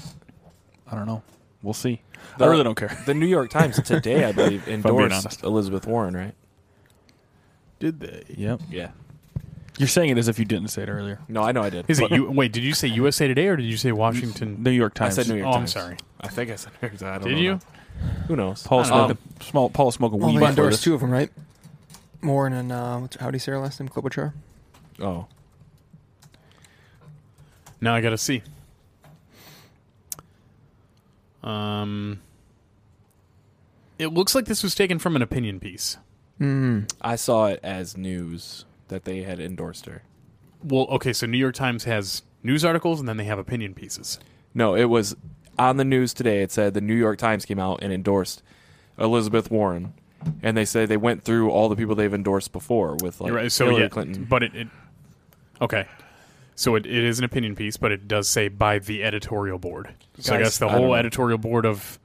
S2: I don't know. We'll see. I really don't care.
S3: The New York Times today, I [LAUGHS] believe,
S2: being
S3: endorsed
S2: honest.
S3: Elizabeth Warren, right?
S5: Did they?
S2: Yep.
S3: Yeah.
S2: You're saying it as if you didn't say it earlier.
S3: No, I know I did.
S5: Is it
S3: But-
S5: you? Wait, did you say USA Today or did you say Washington?
S2: New York
S3: I
S2: Times.
S3: said New York
S5: Oh, I'm
S3: Times.
S5: sorry.
S3: I think I said New York Times. I don't
S5: Did
S3: know Oh
S5: you?
S3: now. Who knows?
S2: Paul
S5: don't
S2: smoking, small, Paul was smoking
S4: Well,
S2: weed.
S4: they
S2: before
S4: endorsed
S2: this.
S4: two of them, right? Warren and uh, what's, how do you say her last name? Klobuchar.
S3: Oh.
S5: Now I gotta see. Um, it looks like this was taken from an opinion piece.
S3: I saw it as news that they had endorsed her.
S5: Well, okay, so New York Times has news articles and then they have opinion pieces.
S3: No, it was on the news today. It said the New York Times came out and endorsed Elizabeth Warren, and they said they went through all the people they've endorsed before with like
S5: You're right. So
S3: Hillary
S5: yeah,
S3: Clinton.
S5: but it, it okay. So it, it is an opinion piece, but it does say by the editorial board. so I
S3: Guys,
S5: guess the
S3: I don't
S5: whole
S3: know.
S5: editorial board of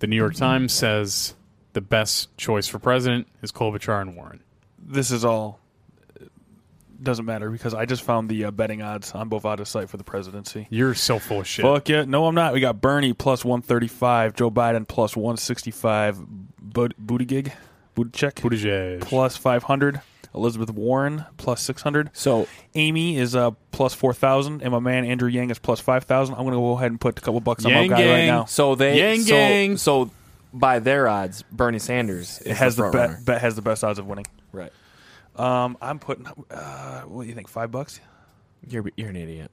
S5: the New York Times says the best choice for president is Klobuchar and Warren.
S2: This is all doesn't matter because I just found the uh, betting odds on Bovada's site for the presidency.
S5: You're so full of shit.
S2: Fuck yeah. No, I'm not. We got Bernie plus 135, Joe Biden plus 165, Bud- Buttigieg, Buttigieg
S5: Buttigieg.
S2: plus 500, Elizabeth Warren plus 600.
S3: So
S2: Amy is uh, plus 4,000, and my man Andrew Yang is plus 5,000. I'm going to go ahead and put a couple bucks on
S5: Yang
S2: my guy right
S5: gang.
S2: now.
S3: so they
S5: Oh. Yang
S3: so,
S5: gang.
S3: so by their odds, Bernie Sanders
S2: It
S3: is
S2: has
S3: the,
S2: the,
S3: front runner.
S2: bet, bet has the best odds of winning.
S3: Right.
S2: Um, I'm putting uh, what do you think? Five bucks?
S3: You're you're an idiot.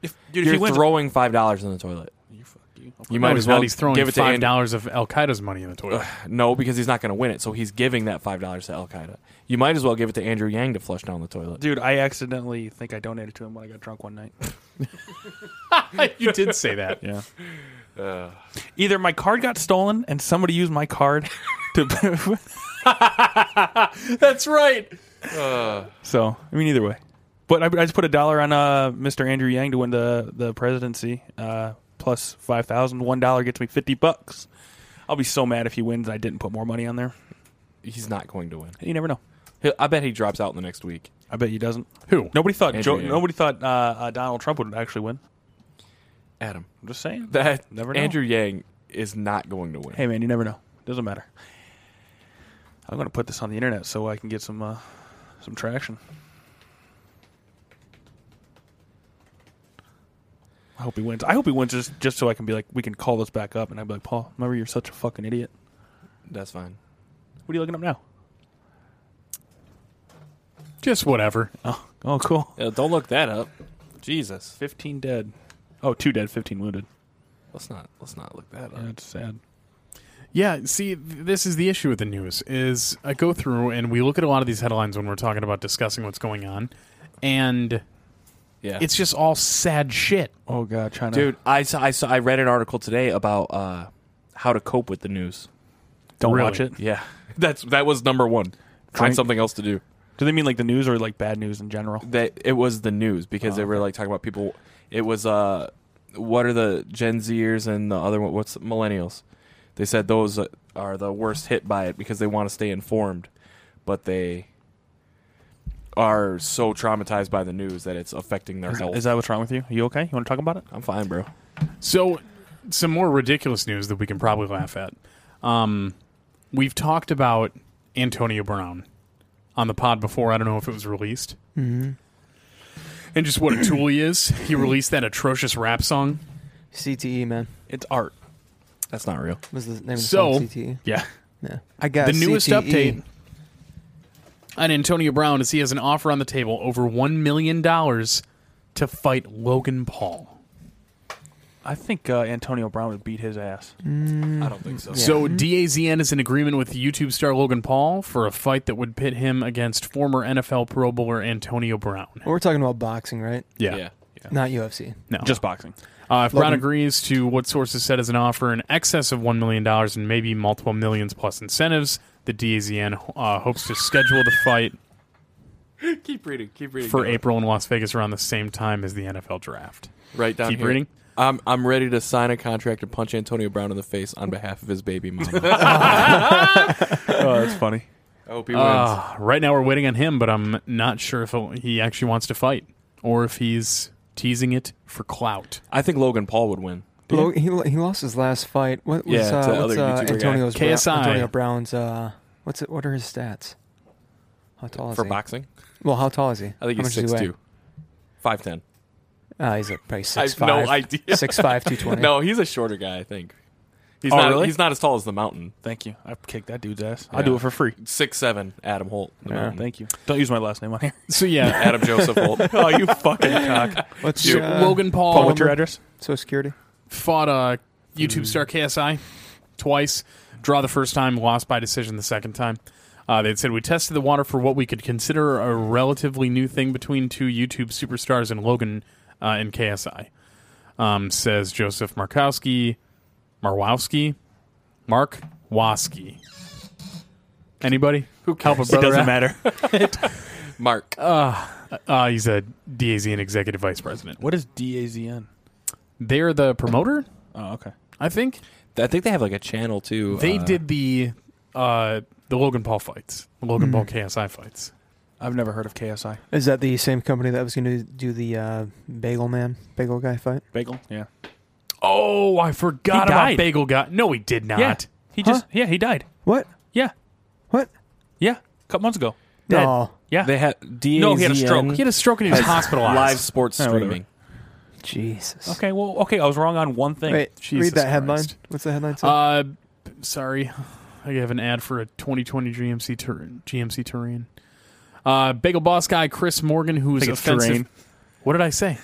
S2: If, dude,
S3: You're
S2: if he wins,
S3: throwing five dollars in the toilet.
S2: you, fuck you.
S3: You
S5: No,
S3: might
S5: he's
S3: as well
S5: not. He's throwing
S3: give it to
S5: five
S3: Andy.
S5: dollars of Al Qaeda's money in the toilet.
S3: No, because he's not going to win it. So he's giving that five dollars to Al Qaeda. You might as well give it to Andrew Yang to flush down the toilet.
S2: Dude, I accidentally think I donated to him when I got drunk one night.
S5: you did say
S3: [LAUGHS]
S5: that.
S2: Yeah. Either my card got stolen and somebody used my card
S3: [LAUGHS]
S2: to. [LAUGHS]
S5: That's right.
S2: Uh. so I mean, either way. But I, I just put a dollar on uh, Mr. Andrew Yang to win the the presidency. Uh, plus five thousand. One dollar gets me fifty bucks. I'll be so mad if he wins. I didn't put more money on there.
S3: He's not going to win.
S2: You never know.
S3: He'll- I bet he drops out in the next week.
S2: I bet he doesn't.
S5: Who?
S2: Nobody thought
S3: Andrew
S2: Joe,
S3: Yang.
S2: nobody thought uh, uh, Donald Trump would actually win.
S3: Adam,
S2: I'm just saying.
S3: that
S2: Never know.
S3: Andrew Yang is not going to win.
S2: hey man, you never know. Doesn't matter. I'm gonna put this on the internet so I can get some uh, some traction. I hope he wins. I hope he wins just just so I can be like, we can call this back up, and I'd be like, Paul, remember you're such a fucking idiot.
S3: That's fine.
S2: What are you looking up now?
S5: Just whatever.
S2: Oh, oh, cool.
S3: Uh, don't look that up. Jesus,
S2: Fifteen dead. Oh, two dead, fifteen wounded.
S3: let's not let's not look that up.
S2: That's sad.
S5: Yeah, see, th- this is the issue with the news is I go through and we look at a lot of these headlines when we're talking about discussing what's going on, and
S3: Yeah,
S5: it's just all sad shit.
S2: Oh god, China.
S3: dude. I saw, I saw I read an article today about uh, how to cope with the news.
S2: don't
S5: really.
S2: watch it.
S3: Yeah, [LAUGHS] that's that was number one. Find
S2: Drink.
S3: something else to do.
S2: Do they mean like the news or like bad news in general?
S3: That it was the news because
S5: Oh,
S3: they were like talking about people. It was uh, what are the Gen Zers and the other one? What's the millennials? They said those are the worst hit by it because they want to stay informed, but they are so traumatized by the news that it's affecting their health.
S2: Is that what's wrong with you? Are you okay? You want to talk about it?
S3: I'm fine, bro.
S5: So, some more ridiculous news that we can probably laugh at. Um, we've talked about Antonio Brown on the pod before. I don't know if it was released. Mm-hmm. And just what [CLEARS THROAT] a tool he is. He released that atrocious rap song.
S4: CTE E, man.
S2: It's art.
S3: That's not real.
S4: Was the name of the
S5: So-
S4: song CTE?
S2: Yeah.
S4: Yeah, I got
S5: the newest
S3: E.
S4: CTE.
S5: update on Antonio Brown is he has an offer on the table over one million dollars to fight Logan Paul.
S2: I think uh, Antonio Brown would beat his ass.
S5: Hmm.
S3: I don't think so.
S5: So DAZN is in agreement with YouTube star Logan Paul for a fight that would pit him against former NFL Pro Bowler Antonio Brown.
S4: Well, we're talking about boxing, right?
S5: Yeah,
S3: Yeah. yeah.
S4: Not UFC.
S5: no.
S2: Just boxing.
S5: uh, if Brown
S4: Logan-
S5: agrees to what sources said is an offer in excess of one million dollars and maybe multiple millions plus incentives, the DAZN uh, hopes to schedule the fight
S3: [LAUGHS] Keep reading. Keep reading.
S5: for
S3: Go.
S5: April in Las Vegas around the same time as the NFL draft.
S3: Right down
S5: Keep
S3: here.
S5: reading.
S3: I'm I'm ready to sign a contract to punch Antonio Brown in the face on behalf of his baby mama.
S5: [LAUGHS]
S2: Oh, that's funny.
S3: I hope he wins.
S5: Uh, right now we're waiting on him, but I'm not sure if he actually wants to fight or if he's teasing it for clout.
S3: I think Logan Paul would win.
S4: Lo- he lo- he lost his last fight. What was
S3: Yeah, to the
S4: uh, what's,
S3: other
S4: uh,
S3: YouTuber guy.
S4: Antonio's Brown-
S5: KSI.
S4: Antonio Brown's uh, what's it? What are his stats? How tall is
S3: For
S4: he?
S3: boxing?
S4: Well, how tall is he?
S3: I think
S4: how
S3: he's
S4: much does
S3: six
S4: he weigh?
S3: two. Five ten.
S4: Uh, he's a probably
S3: I
S4: six
S3: have no idea.
S4: [LAUGHS] Six five two twenty.
S3: No, he's a shorter guy, I think. He's
S2: Oh,
S3: not
S2: really?
S3: he's not as tall as the mountain.
S2: Thank you. I've kicked that dude's ass. I'll do
S3: Yeah.
S2: it for free.
S3: Six seven, Adam Holt. the mountain.
S2: Thank you. Don't use my last name on here.
S5: So yeah,
S3: Adam Joseph Holt.
S2: oh, [LAUGHS] you fucking cock.
S4: What's
S5: [LAUGHS] so
S4: your uh,
S5: Logan Paul
S2: [LAUGHS] Paul, what's your address?
S4: Social Security?
S5: fought uh, YouTube star KSI twice. Draw the first time, lost by decision the second time. Uh, they said we tested the water for what we could consider a relatively new thing between two YouTube superstars and Logan uh, and KSI. Um, says Joseph Markowski, Marwowski, Mark Wasky. Anybody? Who Help a
S2: It
S5: brother
S2: doesn't
S5: out?
S2: matter. [LAUGHS]
S3: Mark.
S5: Uh, he's a DAZN executive vice president.
S2: what is DAZN?
S5: They're the promoter,
S2: Oh, okay.
S5: I think.
S3: I think they have like a channel too.
S5: They
S3: uh,
S5: did the uh, the Logan Paul fights, the
S2: Hmm.
S5: Logan Paul KSI fights.
S2: I've never heard of KSI.
S4: Is that the same company that was going to do the uh, Bagel Man, Bagel Guy fight?
S2: Bagel? Yeah.
S5: Oh, I forgot
S2: He
S5: about
S2: died.
S5: Bagel Guy. No, he did not.
S2: Yeah. He just, yeah, he died.
S4: What?
S2: Yeah.
S4: What?
S2: Yeah. A couple months ago.
S4: No.
S2: Yeah.
S3: They had DAZN.
S2: No, he had a stroke.
S5: He had a stroke and he was hospitalized.
S3: Live sports
S2: Yeah, whatever.
S3: streaming.
S4: Jesus.
S2: okay, well, okay. I was wrong on one thing.
S4: Wait,
S5: Jesus
S4: read that headline.
S5: Christ.
S4: What's the headline?
S3: Oh,
S4: Say?
S5: Uh, sorry, I have an ad for a 2020 GMC Tur- GMC Terrain. Uh, Bagel Boss guy Chris Morgan, who is
S2: think it's
S5: offensive.
S2: Terrain.
S5: What did I say?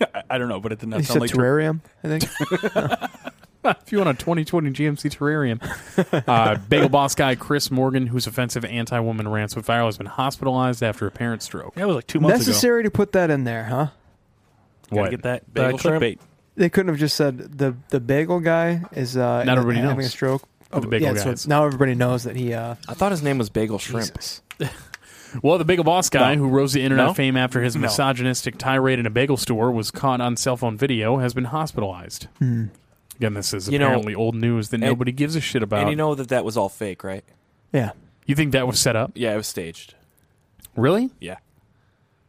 S2: I, I don't know, but it did not
S4: you
S2: sound
S4: said
S2: like
S4: terrarium, I think.
S5: if you want a 2020 GMC Terrarium.
S2: [LAUGHS]
S5: Uh, bagel boss guy Chris Morgan, whose offensive anti-woman rants went viral, has been hospitalized after apparent stroke.
S2: Yeah, it was like two months ago.
S4: Necessary to put that in there, huh?
S2: Gotta
S5: What?
S2: get that
S3: Bagel
S2: bagel clickbait.
S4: They couldn't have just said the the Bagel Guy is uh,
S5: Not everybody
S4: having
S5: knows.
S4: a stroke.
S5: The Bagel
S4: yeah, so
S5: Guys.
S4: now everybody knows that he. Uh,
S3: I thought his name was Bagel Shrimp.
S4: Jesus.
S5: Well, the bagel boss guy
S2: No.
S5: who rose to internet
S2: No.
S5: fame after his
S2: No.
S5: misogynistic tirade in a bagel store was caught on cell phone video has been hospitalized. Again, this is
S3: You know-
S5: apparently old news that nobody gives a shit about.
S3: And
S5: You,
S3: you know that that was all fake, right?
S4: Yeah.
S5: think that was set up?
S3: Yeah, it was staged.
S5: Really?
S3: Yeah.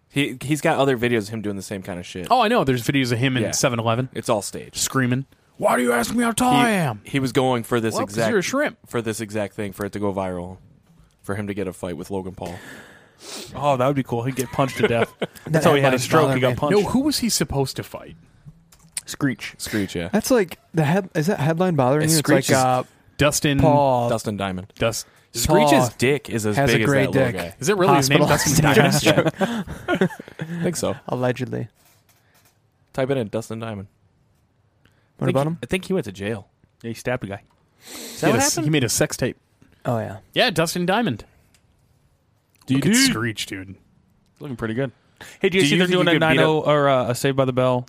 S3: He he's got other videos of him doing the same kind of shit.
S5: Oh, I know. There's videos of him in
S3: Yeah.
S5: 7-Eleven
S3: It's all staged.
S5: screaming, "Why do you ask me how tall I am?"
S3: He was going for this
S5: Well, 'cause
S3: exact
S5: you're a shrimp.
S3: for this exact thing for it to go viral, for him to get a fight with Logan Paul.
S2: Oh, that would be cool. He'd get punched [LAUGHS] to death.
S4: That
S2: That's how he had a
S4: headline
S2: stroke. He
S4: bothered
S2: got
S4: me.
S2: punched.
S5: No, who was he supposed to fight?
S2: Screech.
S3: Screech, yeah.
S4: That's like the head. Is that headline bothering
S3: It
S4: you? It's like
S3: screeches-
S4: uh,
S5: Dustin
S4: Paul
S3: Dustin Diamond.
S5: Dust.
S3: Screech's
S4: Paul
S3: dick is as
S4: has
S3: big
S4: a great
S3: as that little [LAUGHS]
S4: dick.
S3: guy.
S5: Is it really his name? Dustin
S4: Hospitalized.
S5: Diamond?
S3: Yeah. I [LAUGHS] think so.
S4: allegedly.
S3: Type it in, Dustin Diamond.
S4: What about him?
S3: I think he went to jail.
S2: Yeah, he stabbed a guy.
S5: He, had a- he made a sex tape.
S4: Oh yeah.
S5: Yeah, Dustin Diamond. Dude,
S2: do-
S5: Screech, dude.
S2: Looking pretty good. Hey, do you
S3: Do
S2: see
S3: you
S2: they're
S3: think
S2: doing
S3: you
S2: a
S3: could beat
S2: 9 or uh, a Saved by the Bell?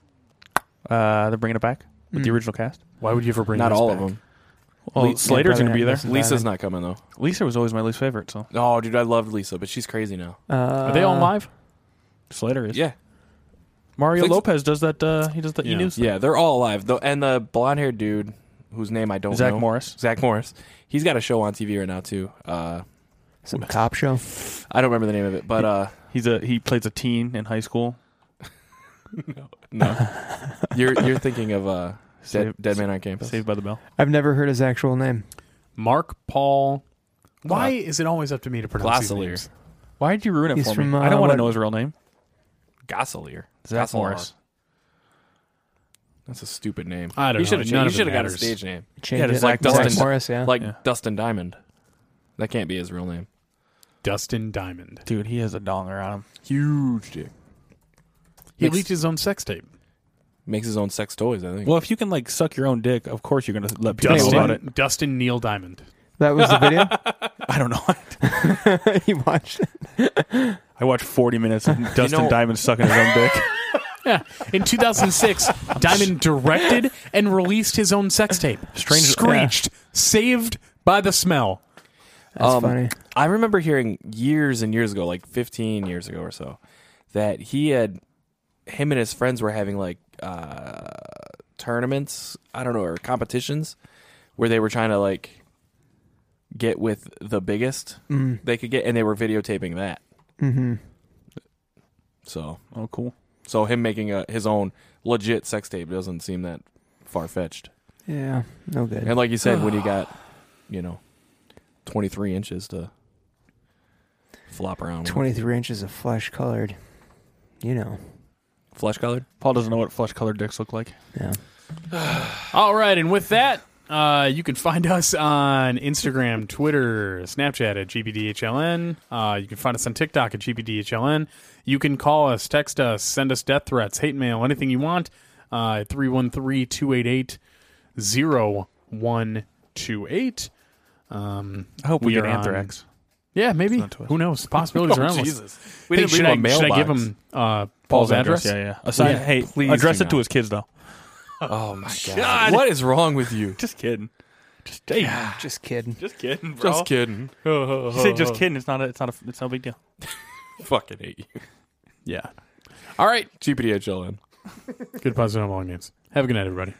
S2: Uh, they're bringing it back with the original cast.
S5: Why would you ever bring
S3: Not
S5: this
S3: all
S5: back?
S3: of them.
S2: Well,
S3: Le-
S2: Slater's
S4: yeah,
S2: going to be there.
S4: probably
S3: Lisa's not coming though.
S2: Lisa was always my least favorite, so
S3: Oh, dude, I loved Lisa, but she's crazy now.
S4: Uh,
S5: Are they all live?
S2: Slater is.
S3: Yeah,
S2: Mario
S3: Thanks.
S2: Lopez does that. Uh, he does the
S5: Yeah.
S2: E News.
S3: yeah, they're all alive. Though, and the blonde-haired dude whose name I don't
S2: Zach
S3: know,
S2: Morris.
S3: Zach Morris. He's got a show on TV right now too. Uh,
S4: Some cop show.
S3: I don't remember the name of it, but uh,
S2: He's a he plays a teen in high school.
S5: [LAUGHS]
S3: no, you're you're thinking of uh, Dead,
S2: Save-
S3: Dead Man on Campus.
S2: Saved by the Bell.
S4: I've never heard his actual name.
S5: Mark Paul. Why is it always up to me to pronounce these
S3: Glossolier.
S5: names?
S2: Why did you ruin it
S4: He's
S2: for
S4: from,
S2: me? I
S4: uh,
S2: don't want to
S4: what-
S2: know his real name.
S3: Gosselier.
S2: Zach
S3: Gosselaar.
S2: Morris.
S3: That's a stupid name.
S5: I don't
S3: he
S5: know.
S3: should have
S5: None
S3: he
S5: of it
S3: should have got a
S5: matters.
S3: stage name.
S4: Change
S2: Yeah,
S4: it
S2: just
S3: like
S2: Morris.
S3: Dustin
S4: Morris, yeah.
S3: Like
S2: Yeah.
S3: Dustin Diamond. That can't be his real name.
S5: Dustin Diamond.
S2: Dude, he has a donger on him.
S3: Huge dick.
S5: He
S3: Makes-
S5: leaked his own sex tape.
S3: Makes his own sex toys, I think.
S2: Well, if you can like suck your own dick, of course you're gonna let people know about it.
S5: Dustin, Dustin Neil Diamond.
S4: That was the video
S2: [LAUGHS] I don't [LAUGHS] know.
S4: you watched. It.
S2: I watched 40 minutes of Dustin
S3: know-
S2: Diamond sucking his own dick.
S5: Yeah. In 2006, Diamond directed and released his own sex tape.
S2: Strange-
S5: Screeched. Saved by the smell.
S4: That's
S3: Um,
S4: funny.
S3: I remember hearing years and years ago, like 15 years ago or so, that he had him and his friends were having like uh, tournaments, I don't know, or competitions where they were trying to like get with the biggest
S4: Mm,
S3: they could get, and they were videotaping that. Mm-hmm. So,
S2: [LAUGHS] Oh, cool.
S3: so him making a, his own legit sex tape doesn't seem that far fetched.
S4: Yeah, no good.
S3: And like you said, when you got, you know, 23 inches to flop around. with.
S4: Twenty-three inches of flesh colored. You know.
S3: Flesh colored?
S2: Paul doesn't know what flesh colored dicks look like.
S4: Yeah.
S5: All right, and with that, uh, you can find us on Instagram, Twitter, Snapchat at GBDHLN. Uh, you can find us on TikTok at GBDHLN. You can call us, text us, send us death threats, hate mail, anything you want. Uh, 313-288-0128. Um,
S2: I hope we,
S5: We
S2: get
S5: are on-
S2: anthrax.
S5: yeah, maybe.
S2: not to us.
S5: Who knows? Possibilities are endless.
S3: We
S5: Hey,
S3: didn't
S5: should,
S3: leave
S5: I,
S3: a mailbox.
S5: should I give him uh, Paul's address?
S2: Yeah, yeah. Aside,
S5: Yeah,
S2: hey,
S3: please
S2: address
S3: do
S2: it to
S3: not.
S2: his kids though.
S3: [LAUGHS] Oh my god. What is wrong with you?
S2: Just kidding. Just hey,
S4: Just kidding.
S2: just kidding, bro.
S3: Just kidding.
S2: You say just kidding. It's not. A, it's not. A, it's no big deal.
S3: Fucking hate you.
S5: yeah.
S3: All right, GPDHLN.
S5: Good positive long names. Have a good night, everybody.